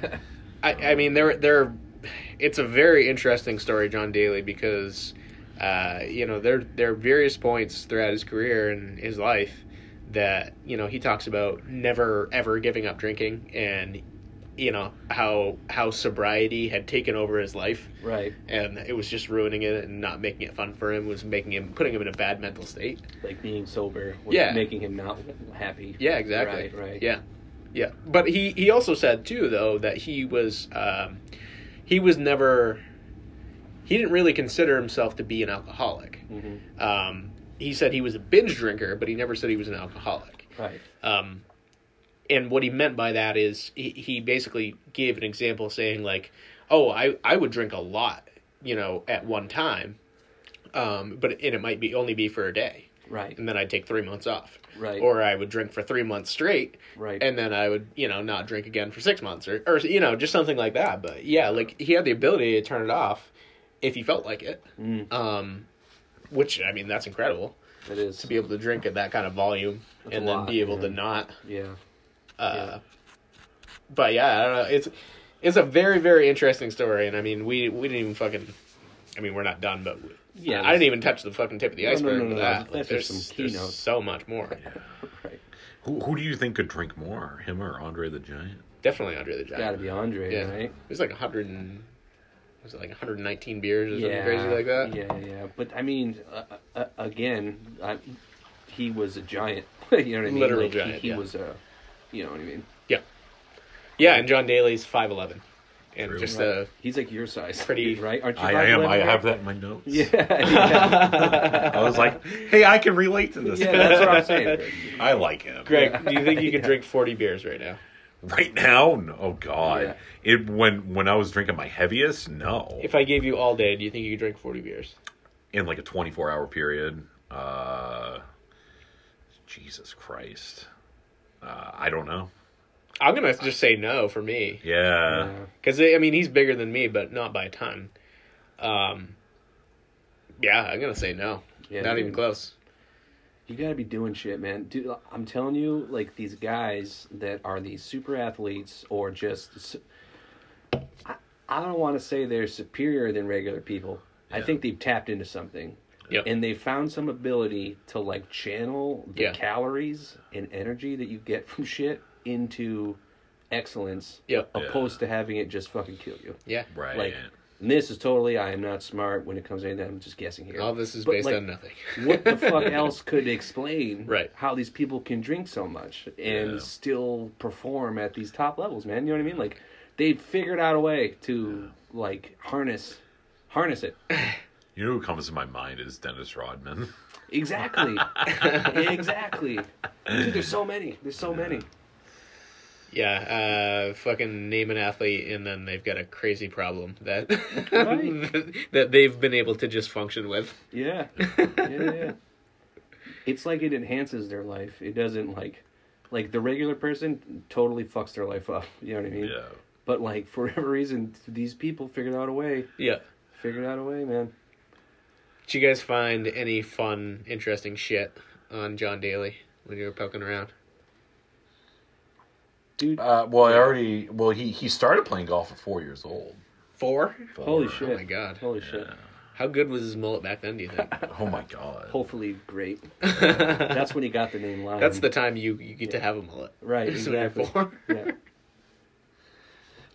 S1: I, I mean, there, there. It's a very interesting story, John Daly, because uh, you know there there are various points throughout his career and his life that you know he talks about never ever giving up drinking and you know how how sobriety had taken over his life
S2: right.
S1: and it was just ruining it and not making it fun for him was making him putting him in a bad mental state
S2: Like being sober. was
S1: Yeah.
S2: Making him not happy.
S1: Yeah, exactly.
S2: Right, right.
S1: Yeah, yeah. But he he also said too though that he was um, he was never he didn't really consider himself to be an alcoholic.
S2: Mm-hmm.
S1: Um, he said he was a binge drinker, but he never said he was an alcoholic.
S2: Right.
S1: Um, and what he meant by that is he, he basically gave an example saying like, "Oh, I I would drink a lot, you know, at one time, um, but and it might be only be for a day,
S2: Right.
S1: and then I'd take three months off,
S2: Right.
S1: Or I would drink for three months straight,
S2: Right.
S1: and then I would you know not drink again for six months or or you know just something like that. But yeah, like he had the ability to turn it off if he felt like it,
S2: Mm.
S1: um, which I mean that's incredible
S2: it is.
S1: to be able to drink at that kind of volume
S2: That's
S1: and
S2: a
S1: then
S2: lot,
S1: be able to
S2: yeah.
S1: not.
S2: yeah.
S1: Uh, But yeah, I don't know. It's it's a very very interesting story, and I mean we we didn't even fucking. I mean, we're not done, but we,
S2: Yeah,
S1: I didn't even touch the fucking tip of the
S2: No, no,
S1: iceberg.
S2: no, no,
S1: with
S2: no.
S1: that. Like,
S2: That's
S1: there's
S2: just some
S1: there's
S2: keynote.
S1: so much more.
S2: Right.
S3: Who who do you think could drink more, him or Andre the Giant?
S1: Definitely Andre the Giant.
S2: Got to be Andre,
S1: Yeah.
S2: right?
S1: It was like 100 and was it like 119 beers or something
S2: yeah.
S1: crazy like that?
S2: Yeah, yeah. But I mean, uh, uh, again, I, he was a giant. you know what I mean?
S1: Literal
S2: Like, he-
S1: giant,
S2: He
S1: yeah.
S2: was a. You know what I mean?
S1: Yeah, and John Daly's 5'11 and
S3: True.
S1: just
S2: Right.
S1: a
S2: He's like your size,
S1: Pretty-
S2: right? Aren't you?
S3: I, I
S2: 5'11"?
S3: am. I have that in my notes.
S2: Yeah,
S1: uh,
S2: yeah.
S3: I was like, hey, I can relate to this.
S2: yeah, that's what I'm saying.
S3: I like him.
S1: Greg, do you think you could drink 40 beers right now?
S3: Right now, no, oh god,
S2: Yeah.
S3: it when when I was drinking my heaviest, no,
S1: If I gave you all day, do you think you could drink 40 beers?
S3: in like a twenty four hour period. Uh, Jesus Christ, uh, I don't know.
S1: I'm going to just say no for me.
S3: Yeah,
S2: Yeah.
S1: Because, I mean, he's bigger than me, but not by a ton. Um, yeah, I'm going to say no.
S2: Yeah,
S1: not even
S2: dude.
S1: close.
S2: You gotta be doing shit, man. Dude, I'm telling you, like these guys that are these super athletes or just, su- I, I don't want to say they're superior than regular people. I
S3: Yeah.
S2: think they've tapped into something,
S1: Yep.
S2: and they found some ability to like channel the
S1: Yeah.
S2: calories and energy that you get from shit into excellence,
S1: Yep.
S2: opposed to having it just fucking kill you.
S1: Yeah.
S3: right.
S2: Like, and this is totally. I am not smart when it comes to anything. I'm just guessing here.
S1: All this is
S2: But,
S1: based
S2: like,
S1: on nothing.
S2: what the fuck else could explain
S1: Right.
S2: how these people can drink so much and
S3: Yeah.
S2: still perform at these top levels, man? You know what I mean? Like they figured out a way to like harness harness it.
S3: you know who comes to my mind is Dennis Rodman.
S2: Exactly. exactly. Dude, there's so many. There's so many.
S1: Yeah, uh, fucking name an athlete, and then they've got a crazy problem that
S2: Right.
S1: that they've been able to just function with.
S2: Yeah. Yeah, yeah. It's like it enhances their life. It doesn't like like the regular person totally fucks their life up. You know what I mean?
S3: yeah,
S2: But like for whatever reason, these people figured out a way
S1: Yeah.
S2: Figured out a way, man.
S1: Did you guys find any fun, interesting shit on John Daly when you were poking around?
S2: Dude,
S3: uh, well, I already well he he started playing golf at four years old.
S1: Four.
S2: holy
S3: Four.
S2: shit.
S1: Oh my God.
S2: Holy shit.
S1: How good was his mullet back then? Do you think?
S3: Oh my god!
S2: Hopefully great. That's when he got the name Lion.
S1: That's the time you you get to have a mullet.
S2: Um, Right,
S1: Is when you're
S2: exactly.
S1: four.
S2: yeah.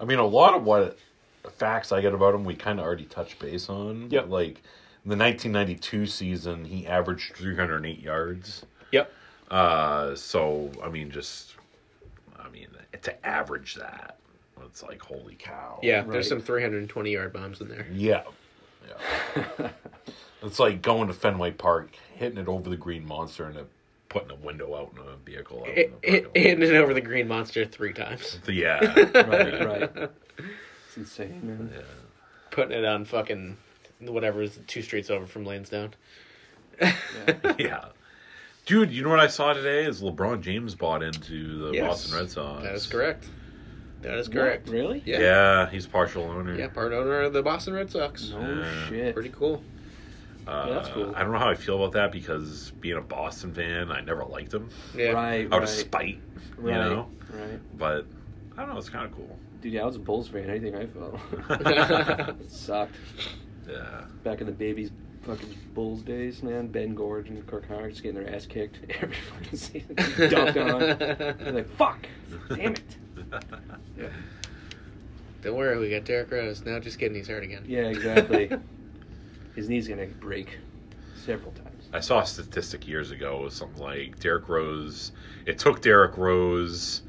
S3: I mean, a lot of what facts I get about him, we kind of already touched base on.
S1: Yep.
S3: Like in the 1992 season, he averaged 308 yards.
S1: Yep.
S3: Uh, so I mean, just I mean, to average that, it's like holy cow.
S1: Yeah.
S2: Right.
S1: There's some 320 yard bombs in there.
S3: Yeah. Yeah. it's like going to Fenway Park, hitting it over the Green Monster, and it, putting a window out in a vehicle.
S2: Oh,
S3: Out
S1: It,
S3: in the
S1: it,
S3: parking
S1: it ended over the green monster three times.
S3: lot. yeah.
S2: Right, right. It's insane, man.
S3: yeah.
S1: Putting it on fucking whatever is two streets over from Lansdowne.
S3: yeah. Dude, you know what I saw today is LeBron James bought into the
S1: Yes.
S3: Boston Red Sox.
S1: That is correct. That is correct.
S2: What, really?
S1: Yeah.
S3: Yeah.
S1: yeah.
S3: he's partial owner.
S1: part owner of the Boston Red Sox.
S2: No
S3: Yeah.
S2: shit.
S1: Pretty cool.
S3: Uh,
S2: Yeah, that's cool.
S3: I don't know how I feel about that because being a Boston fan, I never liked him
S1: Yeah.
S2: Right,
S3: out
S2: right.
S3: of spite,
S2: right,
S3: you know.
S2: right.
S3: But I don't know, it's kind of cool.
S2: Dude, yeah, I was a Bulls fan. Anything I felt. it sucked.
S3: Yeah,
S2: Back in the babies' fucking Bulls days, man. Ben Gorge and Kirk Howard just getting their ass kicked every fucking season. Dunked on. They're like, fuck. Damn it.
S1: Don't worry, we got Derrick Rose. Now just kidding, he's hurt again.
S2: Yeah, exactly. His knee's gonna break several times.
S3: I saw a statistic years ago. It was something like Derrick Rose. It took Derrick Rose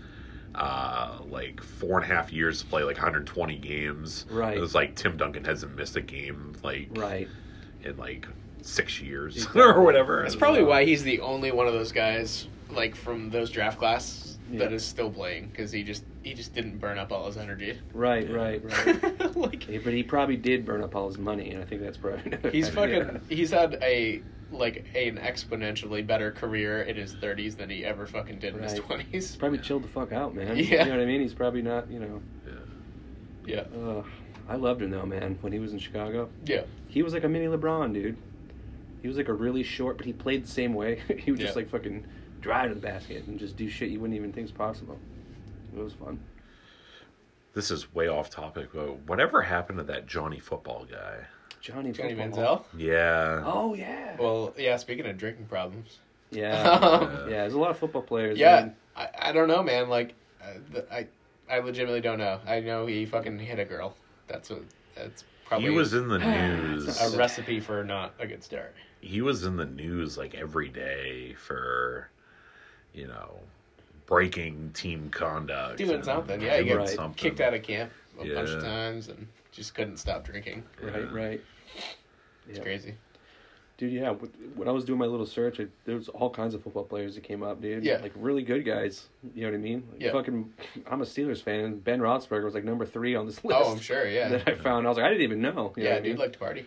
S3: uh, uh, like four and a half years to play like 120 games.
S2: Right.
S3: It was like Tim Duncan hasn't missed a game like
S2: Right.
S3: in like six years
S2: Exactly.
S3: or whatever.
S1: That's probably why he's the only one of those guys, like from those draft class, that
S2: Yeah.
S1: is still playing because he just he just didn't burn up all his energy.
S2: Right.
S3: Yeah.
S2: Right. Right.
S1: like
S2: Yeah, but he probably did burn up all his money, and I think that's probably another
S1: he's
S2: factor.
S1: fucking he's had a like an exponentially better career in his 30s than he ever fucking did in his
S2: Right.
S1: 20s.
S2: He's probably chilled the fuck out, man.
S1: Yeah.
S2: You know what I mean? He's probably not. You know.
S1: Yeah,
S2: Ugh. I loved him though, man. When he was in Chicago,
S1: yeah,
S2: he was like a mini LeBron, dude. He was like a really short, but he played the same way. he would just
S1: Yeah.
S2: like fucking drive to the basket and just do shit you wouldn't even think is possible. It was fun.
S3: This is way off topic, but whatever happened to that Johnny football guy?
S2: Johnny,
S1: Johnny
S2: Football.
S1: Manziel.
S3: Yeah.
S2: Oh yeah.
S1: Well, yeah. Speaking of drinking problems,
S2: Yeah.
S1: um,
S2: yeah. There's a lot of football players.
S1: yeah,
S2: man.
S1: I, I don't know, man. Like, uh, the, I I legitimately don't know. I know he fucking hit a girl. That's what. That's probably.
S3: He was in the news.
S1: a recipe for not a good start.
S3: he was in the news like every day for, you know, breaking team conduct.
S1: Doing
S3: and
S1: something, yeah, he
S3: doing
S2: got
S3: something.
S1: Kicked out of camp a bunch
S3: Yeah.
S1: of times and just couldn't stop drinking.
S2: Right. Right.
S1: It's
S2: Yeah.
S1: crazy.
S2: Dude, yeah. wh- When I was doing my little search, I, there was all kinds of football players that came up, dude.
S1: Yeah.
S2: Like really good guys. You know what I mean? Like,
S1: Yeah.
S2: Fucking, I'm a Steelers fan. Ben Roethlisberger was like number three on this list.
S1: Oh, I'm sure. Yeah,
S2: That I found. I was like, I didn't even know. You know
S1: yeah.
S2: what I
S1: Dude
S2: mean?
S1: liked to party.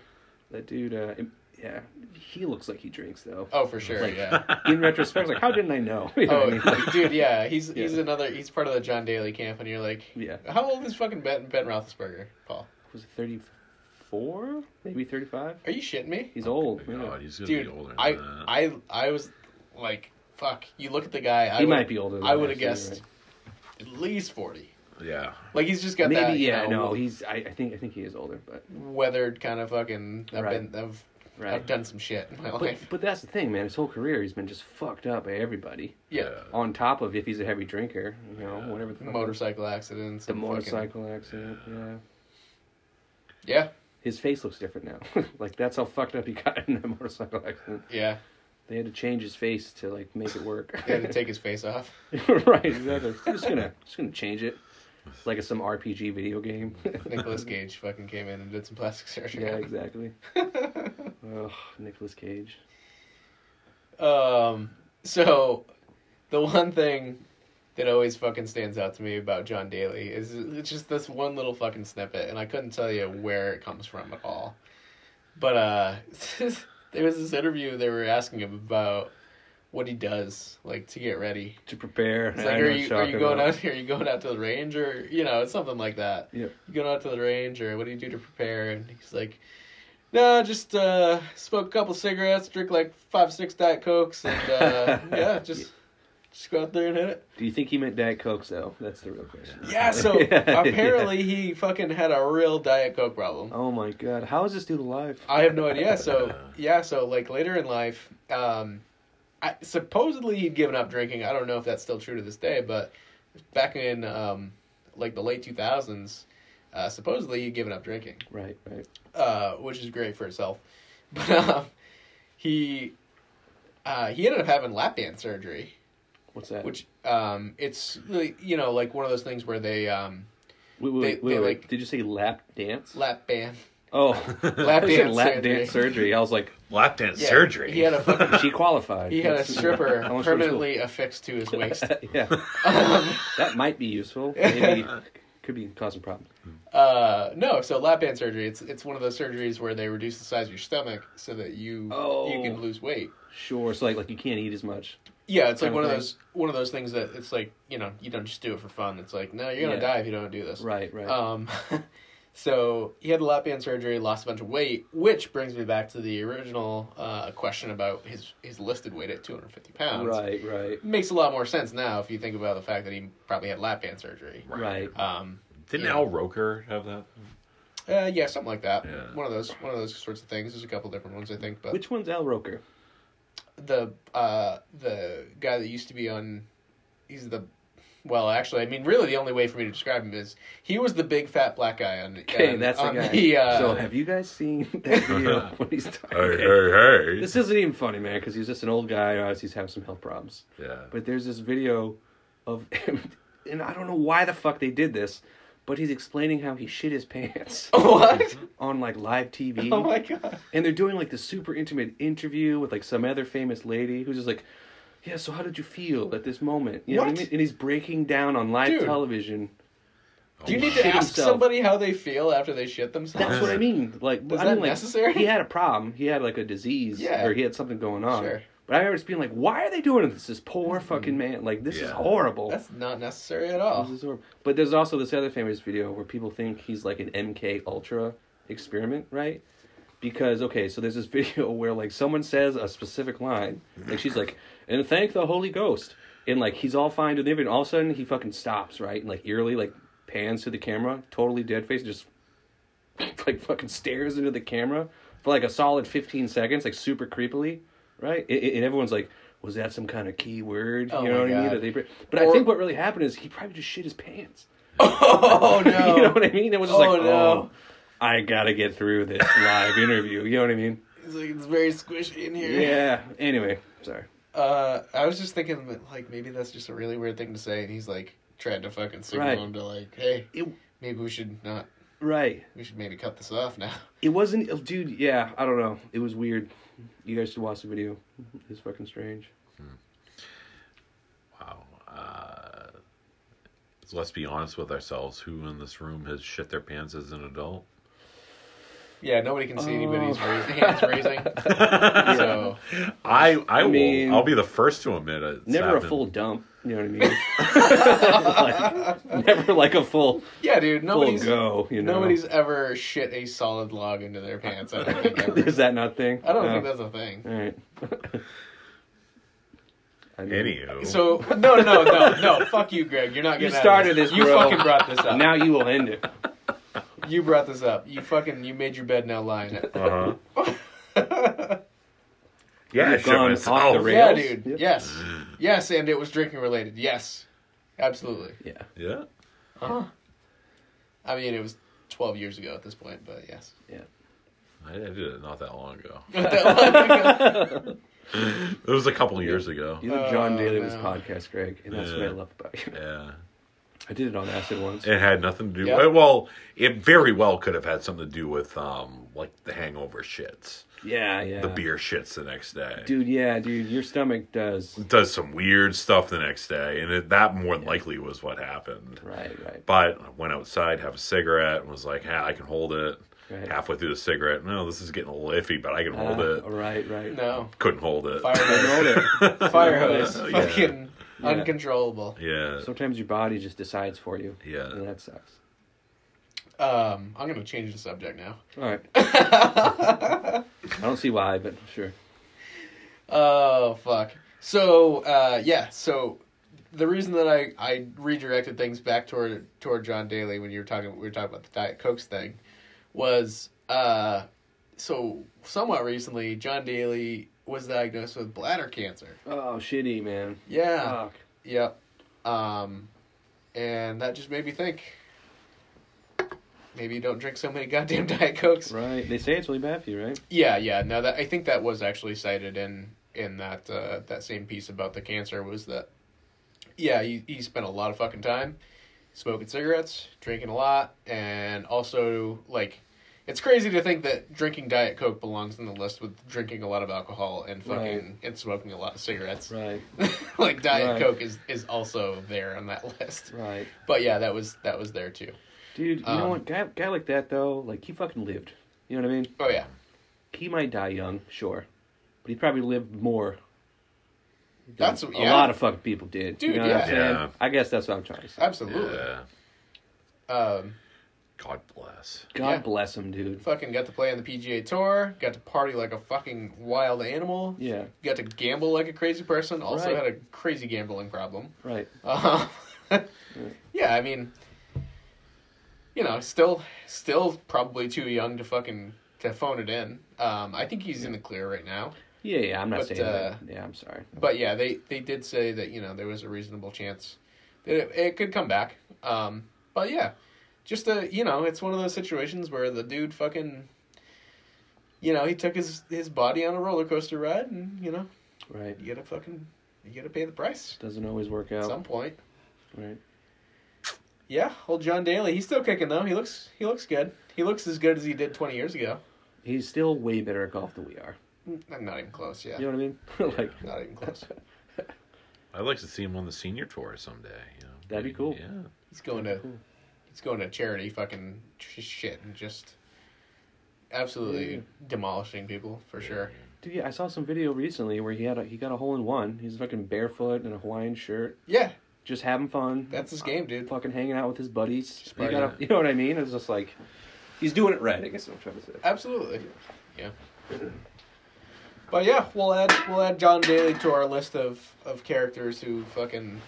S2: that dude. Uh, im- yeah, he looks like he drinks though.
S1: Oh, for sure.
S2: Like-
S1: Yeah.
S2: In retrospect, I was like, how didn't I know? You know what I mean?
S1: Oh, dude. Yeah, he's he's
S2: Yeah.
S1: another. He's part of the John Daly camp, and you're like,
S2: Yeah.
S1: How old is fucking Ben Ben Roethlisberger, Paul?
S2: was it thirty four? Maybe thirty five?
S1: Are you shitting me?
S2: He's old.
S3: Oh,
S2: yeah.
S3: God, he's gonna
S1: dude
S3: be older than
S1: I,
S3: that.
S1: I i was like fuck you look at the guy I
S2: he
S1: would-
S2: might be older. Than
S1: i
S2: that,
S1: would have
S2: actually, you're
S1: guessed at least 40
S3: yeah.
S1: like he's just
S2: right.
S1: got
S2: Maybe
S1: that you
S2: yeah.
S1: know,
S2: no, he's. I, I think. I think he is older, but
S1: weathered kind of fucking i've
S2: Right.
S1: been i've
S2: right.
S1: i've done some shit in my
S2: But,
S1: life
S2: but that's the thing, man. His whole career, he's been just fucked up by everybody.
S1: yeah,
S2: On top of if he's a heavy drinker, you know, whatever the fuck-
S1: motorcycle accidents
S2: the
S1: and fucking-
S2: motorcycle accident. Yeah,
S1: yeah
S2: his face looks different now. like that's how fucked up he got in that motorcycle accident.
S1: yeah
S2: They had to change his face to like make it work.
S1: he had to take his face off
S2: right, exactly. We're just gonna just gonna change it, like it's some RPG video game.
S1: nicholas cage fucking came in and did some plastic surgery
S2: yeah,
S1: on
S2: exactly. Ugh, Nicolas Cage.
S1: Um, so the one thing that always fucking stands out to me about John Daly is it's just this one little fucking snippet, and I couldn't tell you where it comes from at all. But uh, there was this interview they were asking him about what he does, like to get ready.
S2: To prepare.
S1: It's
S2: I
S1: like,
S2: know
S1: are
S2: what
S1: you
S2: you're
S1: are
S2: talking
S1: you going
S2: about.
S1: out? Are you going out to the range, or you know, it's something like that?
S2: Yeah.
S1: You going out to the range, or what do you do to prepare? And he's like, No, just uh, smoke a couple cigarettes, drink like five, six diet cokes, and uh, yeah, just just go out there and hit it.
S2: Do you think he meant Diet Coke though? That's the real question.
S1: Yeah. So
S2: Yeah.
S1: apparently he fucking had a real diet coke problem.
S2: Oh my god, how is this dude alive?
S1: I have no idea. So yeah, so like later in life, um, I, supposedly he'd given up drinking. I don't know if that's still true to this day, but back in um, like the late two thousands, uh, supposedly he'd given up drinking,
S2: Right, right.
S1: uh, which is great for itself. But um, he uh, he ended up having lap band surgery,
S2: What's that?
S1: which um, it's like, you know like one of those things where they um,
S2: wait, wait,
S1: they-
S2: wait,
S1: they,
S2: wait.
S1: like-
S2: Did you say lap dance?
S1: lap band
S2: oh,
S1: lap
S2: I said
S1: dance
S2: lap
S1: surgery.
S2: dance surgery. I was like,
S3: Lap dance
S1: Yeah,
S3: surgery.
S1: He had a fucking
S2: she qualified.
S1: He had a
S2: That's-
S1: stripper
S2: I almost went to school.
S1: permanently affixed to his waist.
S2: yeah,
S1: Um,
S2: that might be useful. Maybe could be causing problems.
S1: uh, no, so lap band surgery. It's it's one of those surgeries where they reduce the size of your stomach so that you
S2: Oh.
S1: you can lose weight.
S2: Sure. So like, like you can't eat as much.
S1: Yeah, it's like one
S2: Kind of
S1: of
S2: thing.
S1: those one of those things that it's like you know you don't just do it for fun. It's like no, you're gonna
S2: Yeah.
S1: die if you don't do this.
S2: Right. Right.
S1: Um, so he had a lap band surgery, lost a bunch of weight, which brings me back to the original uh, question about his his listed weight at 250 pounds.
S2: right. Right.
S1: Makes a lot more sense now if you think about the fact that he probably had lap band surgery.
S2: Right.
S1: Um,
S3: Didn't
S1: Yeah.
S3: Al Roker have that?
S1: Uh, yeah, something like that.
S3: Yeah.
S1: One of those, one of those sorts of things. There's a couple different ones, I think. But
S2: Which one's Al Roker?
S1: the uh, the guy that used to be on, he's the, well, actually, I mean, really, the only way for me to describe him is he was the big fat black guy on.
S2: Okay,
S1: on-
S2: that's the
S1: on
S2: guy.
S1: the, uh,
S2: so have you guys seen that video when he's talking?
S3: hey,
S2: This isn't even funny, man,
S1: Oh
S2: because he's just an old guy. Obviously, he's having some health problems.
S3: yeah.
S2: But there's this video of him and I don't know why the fuck they did this, but he's explaining how he shit his pants
S1: What?
S2: on like live TV.
S1: Oh my god.
S2: And they're doing like the super intimate interview with like some other famous lady who's just like, yeah, so how did you feel at this moment? You know what?
S1: What?
S2: I mean? And he's breaking down on live
S1: Dude.
S2: television.
S1: Do you need to
S2: Shit
S1: ask
S2: himself.
S1: somebody how they feel after they shit themselves?
S2: That's what I mean. Like,
S1: Is
S2: I
S1: that
S2: mean, like,
S1: necessary?
S2: He had a problem. He had like a disease,
S1: Yeah.
S2: or he had something going on.
S1: Sure.
S2: But I remember just being like, "Why are they doing this? This poor fucking man. Like, this is
S3: Yeah.
S2: horrible.
S1: That's not necessary at
S2: This
S1: all.
S2: is horrible." But there's also this other famous video where people think he's like an MK Ultra experiment, right? Because okay, so there's this video where like someone says a specific line, like she's like, "And thank the Holy Ghost," and like he's all fine and everything. All of a sudden, he fucking stops, right, and like eerily like pans to the camera, totally dead face, and just like fucking stares into the camera for like a solid 15 seconds, like super creepily, right? I- I- and everyone's like, was that some kind of key word?
S1: Oh
S2: you know
S1: my
S2: what I mean?
S1: God.
S2: That they, br- but I
S1: Or-
S2: think what really happened is he probably just shit his pants.
S1: Oh no.
S2: you know what I mean? It was just
S1: Oh,
S2: like,
S1: no.
S2: oh, I gotta get through this live interview. You know what I mean?
S1: It's like it's very squishy in here.
S2: Yeah. Anyway, sorry.
S1: Uh, I was just thinking that like maybe that's just a really weird thing to say, and he's like trying to fucking signal
S2: Right.
S1: him to like, hey,
S2: It,
S1: maybe we should not,
S2: right.
S1: we should maybe cut this off now.
S2: It wasn't, oh, dude, yeah, I don't know. It was weird. You guys should watch the video. It's fucking strange.
S3: Wow. Uh, let's be honest with ourselves. Who in this room has shit their pants as an adult?
S1: Yeah, nobody can see anybody's
S2: Oh.
S1: raise, hands raising. So
S3: I I, will.
S2: mean-
S3: I'll be the first to admit it. It's
S2: Never a
S3: happened.
S2: full dump. You know what I mean? like, never like a full
S1: yeah, dude,
S2: full
S1: nobody's
S2: go. You know,
S1: nobody's ever shit a solid log into their pants. I don't think ever.
S2: is that not thing?
S1: I don't think that's a thing.
S2: All right. I mean,
S3: Anywho,
S1: So no, no, no, no. Fuck you, Greg. You're not.
S2: You
S1: getting out of
S2: started this,
S1: You
S2: bro.
S1: fucking brought this up.
S2: now you will end it.
S1: you brought this up. You fucking you made your bed. Now lie in it.
S3: uh huh. yeah,
S2: You've
S3: shit
S2: gone
S3: myself.
S2: off the rail.
S1: Yeah,
S2: Rails?
S1: dude.
S2: Yep.
S1: Yes. Yes, and it was drinking related. Yes. Absolutely.
S2: Yeah.
S3: Yeah.
S1: Uh-huh. I mean, it was 12 years ago at this point, but yes.
S3: I I did it not that long ago.
S1: That
S3: It was a couple years ago.
S2: You the John
S1: Oh,
S2: Daly of this
S1: no.
S2: podcast, Greg, and that's what I
S3: Yeah.
S2: love about you.
S3: Yeah.
S2: I did it on acid once.
S3: It had nothing to do.
S1: Yeah.
S3: Well, it very well could have had something to do with um like the hangover shits,
S2: Yeah, yeah.
S3: the beer shits the next day.
S2: dude. Yeah, dude. Your stomach does.
S3: Does some weird stuff the next day, and it, that more than likely was what happened.
S2: Right, right,
S3: But I went outside, have a cigarette, and was like, "Ha, I can hold it."
S2: right.
S3: Halfway through the cigarette, no, this is getting a little iffy, but I can hold
S2: Ah,
S3: it.
S2: Right, right.
S1: no.
S3: Couldn't hold it.
S1: Fire hose.
S2: Hold it.
S1: Fire hose.
S3: Yeah.
S1: Fucking
S2: Yeah.
S1: uncontrollable.
S3: Yeah,
S2: Sometimes your body just decides for you, and
S3: yeah.
S2: that sucks.
S1: Um, I'm going to change the subject now.
S2: All right. I don't see why, but sure.
S1: Oh, fuck. So, uh, yeah, so the reason that I, I redirected things back toward toward John Daly when you were talking we were talking about the Diet Coke thing was uh, so somewhat recently John Daly was diagnosed with bladder cancer.
S2: Oh, shitty, man.
S1: Yeah.
S2: Fuck.
S1: Yep. Um, and that just made me think. Maybe you don't drink so many goddamn Diet Cokes.
S2: Right. They say it's really bad for you, right?
S1: Yeah, yeah. No, that I think that was actually cited in in that uh, that same piece about the cancer was that. Yeah, he he spent a lot of fucking time smoking cigarettes, drinking a lot, and also like. It's crazy to think that drinking Diet Coke belongs in the list with drinking a lot of alcohol and fucking and smoking a lot of cigarettes.
S2: Right.
S1: like Diet
S2: Right.
S1: Coke is is also there on that list.
S2: Right.
S1: But yeah, that was that was there too.
S2: Dude, you know
S1: Um,
S2: what? Guy, guy like that, though, like, he fucking lived. You know what I mean?
S1: Oh yeah,
S2: He might die young, sure. But he probably lived more. than
S1: That's-
S2: a
S1: yeah.
S2: lot of fucking people did.
S1: Dude,
S2: you know what
S1: yeah.
S2: I'm saying?
S3: Yeah.
S2: I guess that's what I'm trying to say.
S1: absolutely.
S3: Yeah.
S1: Um,
S3: God bless.
S2: God
S1: yeah.
S2: bless him, dude.
S1: fucking got to play on the PGA Tour. Got to party like a fucking wild animal.
S2: Yeah,
S1: Got to gamble like a crazy person. Also
S2: Right.
S1: had a crazy gambling problem.
S2: right.
S1: Uh, yeah, I mean, you know, still, still probably too young to fucking to phone it in. Um, I think he's in the clear right now.
S2: Yeah, yeah, I'm not
S1: But,
S2: saying
S1: uh,
S2: that. Yeah, I'm sorry.
S1: But yeah, they they did say that you know there was a reasonable chance that it, it could come back. Um, but yeah, just a you know it's one of those situations where the dude fucking, you know, he took his his body on a roller coaster ride, and you know
S2: Right.
S1: you gotta fucking you gotta pay the price
S2: Doesn't always work
S1: at
S2: out.
S1: some point.
S2: Right.
S1: yeah, old John Daly, he's still kicking though. He looks he looks good. He looks as good as he did twenty years ago.
S2: He's still way better at golf than we are.
S1: I'm not even close. Yeah,
S2: You know what I mean? like
S1: not even close.
S3: I'd like to see him on the senior tour someday. You know?
S2: That'd be cool.
S3: Yeah.
S1: He's going to he's going to charity fucking sh- shit and just absolutely demolishing people for sure.
S2: Dude, yeah, I saw some video recently where he had a, he got a hole in one. He's fucking barefoot in a Hawaiian shirt,
S1: Yeah,
S2: just having fun.
S1: that's his game, dude.
S2: fucking hanging out with his buddies.
S1: Just
S2: You,
S1: partying.
S2: gotta, you know what I mean? It's just like he's doing it right. I guess is what I'm trying to say.
S1: Absolutely. Yeah. But yeah, we'll add we'll add John Daly to our list of of characters who fucking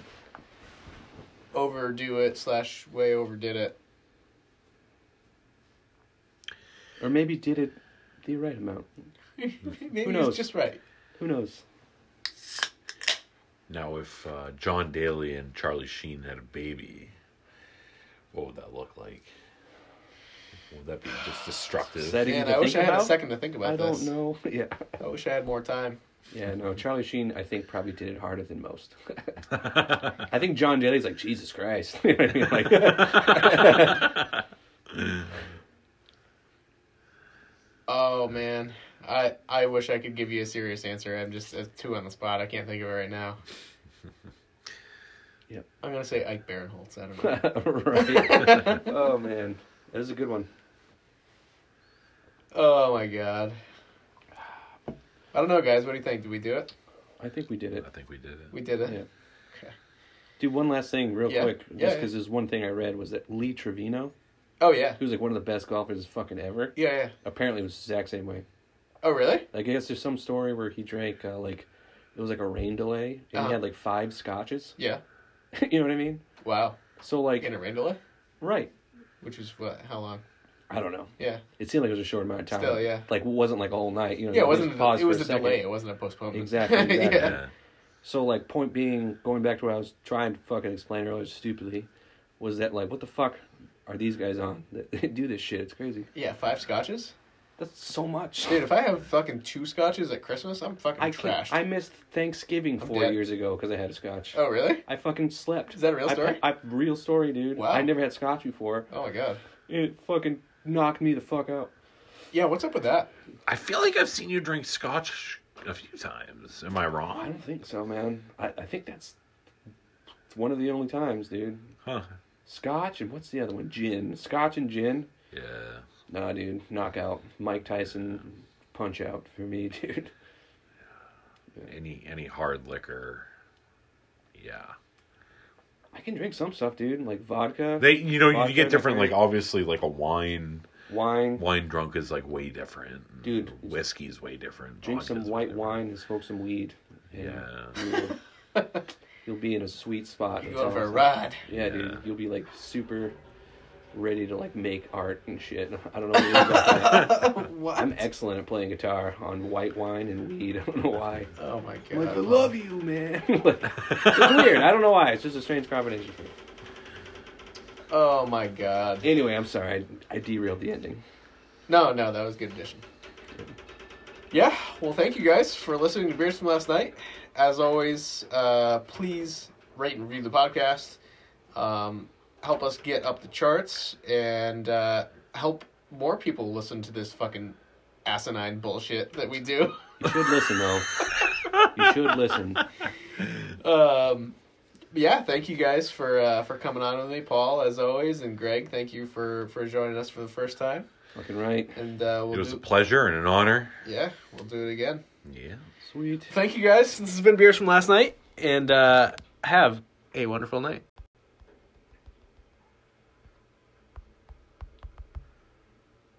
S1: overdo it slash way overdid it.
S2: Or maybe did it the right amount.
S1: Maybe
S2: knows?
S1: he's just right.
S2: Who knows?
S3: Now, if uh, John Daly and Charlie Sheen had a baby, what would that look like? Would that be just destructive?
S2: That- Anything
S1: Man,
S2: to
S1: I wish
S2: think
S1: I had a
S2: about?
S1: second to think about
S2: I don't
S1: this.
S2: know. Yeah,
S1: I wish I had more time.
S2: yeah. No, Charlie Sheen, I think probably did it harder than most. I think John Daly's like Jesus Christ. you know what I mean? Like,
S1: Oh man, I I wish I could give you a serious answer. I'm just uh, two on the spot. I can't think of it right now.
S2: Yep.
S1: I'm gonna say Ike Barinholtz. I don't know.
S2: right. oh man, that is a good one.
S1: oh my god. I don't know, guys. What do you think? Did we do it?
S2: I think we did it.
S3: I think we did it.
S1: We did it.
S2: Yeah.
S1: Okay.
S2: Dude, one last thing, real
S1: Yeah.
S2: quick,
S1: Yeah,
S2: just
S1: yeah.
S2: because there's one thing I read was that Lee Trevino,
S1: Oh yeah.
S2: who's like one of the best golfers fucking ever,
S1: Yeah, yeah.
S2: apparently was the exact same way.
S1: Oh really?
S2: Like, I guess there's some story where he drank uh, like it was like a rain delay, and
S1: Uh-huh.
S2: he had like five scotches.
S1: Yeah.
S2: you know what I mean?
S1: Wow.
S2: So like,
S1: In a Randola?
S2: right?
S1: Which was what? How long?
S2: I don't know.
S1: Yeah.
S2: It seemed like it was a short amount of time.
S1: Still, yeah.
S2: Like, it wasn't like all night. You know?
S1: Yeah. It
S2: what I
S1: wasn't.
S2: mean? Just
S1: A,
S2: paused
S1: it
S2: for
S1: was
S2: a
S1: a
S2: second.
S1: delay. It wasn't a postponement.
S2: Exactly, exactly.
S1: yeah.
S3: Yeah.
S2: So like, point being, going back to what I was trying to fucking explain earlier stupidly, was that like, what the fuck are these guys on that do this shit? It's crazy.
S1: Yeah. Five scotches.
S2: That's so much.
S1: Dude, if I have fucking two scotches at Christmas, I'm fucking
S2: I
S1: trashed.
S2: can't, I missed Thanksgiving four
S1: dead.
S2: years ago because I had a scotch.
S1: Oh really?
S2: I fucking slept.
S1: Is that a real
S2: I-
S1: story?
S2: I, I- real story, dude.
S1: Wow.
S2: I never had scotch before.
S1: Oh my god.
S2: It fucking knocked me the fuck out.
S1: Yeah. What's up with that?
S3: I feel like I've seen you drink scotch a few times. Am I
S2: I
S3: wrong?
S2: don't think so, man. I, I think that's it's one of the only times, dude.
S3: Huh.
S2: Scotch and what's the other one? Gin. Scotch and gin.
S3: Yeah.
S2: Nah, dude. Knockout. Mike Tyson punch out for me, dude.
S3: Any any hard liquor. Yeah.
S2: I can drink some stuff, dude. Like vodka,
S3: They you know you
S2: Vodka,
S3: get different like
S2: liquor.
S3: obviously like a wine
S2: wine.
S3: wine drunk is like way different.
S2: Dude.
S3: whiskey's way different.
S2: Drink some
S3: vodka's way
S2: white
S3: different.
S2: wine and smoke some weed. and
S3: Yeah.
S2: You'll, you'll be in a sweet spot.
S1: You
S2: That's
S1: go
S2: all
S1: for a
S2: I'm saying.
S1: ride.
S2: Yeah,
S3: Yeah.
S2: dude, you'll be like super ready to like make art and shit. I don't know. What you're about that.
S1: what?
S2: I'm excellent at playing guitar on white wine and weed. I don't know why.
S1: oh my god.
S2: I'm like, I love you, man. Like, it's weird. I don't know why. It's just a strange combination. For me.
S1: Oh my god.
S2: Anyway, I'm sorry. I, I derailed the ending.
S1: No, no, that was a good addition. Yeah, well, thank you guys for listening to Beers from Last Night. As always, uh, please rate and review the podcast. Um, help us get up the charts and uh, help more people listen to this fucking asinine bullshit that we do.
S2: You should listen, though. You should listen.
S1: Um, yeah, thank you guys for uh, for coming on with me, Paul, as always, and Greg. Thank you for for joining us for the first time,
S2: Fucking right.
S1: and uh,
S3: It
S1: we'll
S3: was a
S1: do
S3: pleasure and an honor.
S1: yeah, we'll do it again.
S3: Yeah.
S2: Sweet.
S1: Thank you guys. This has been Beers from Last Night, and uh, have a wonderful night.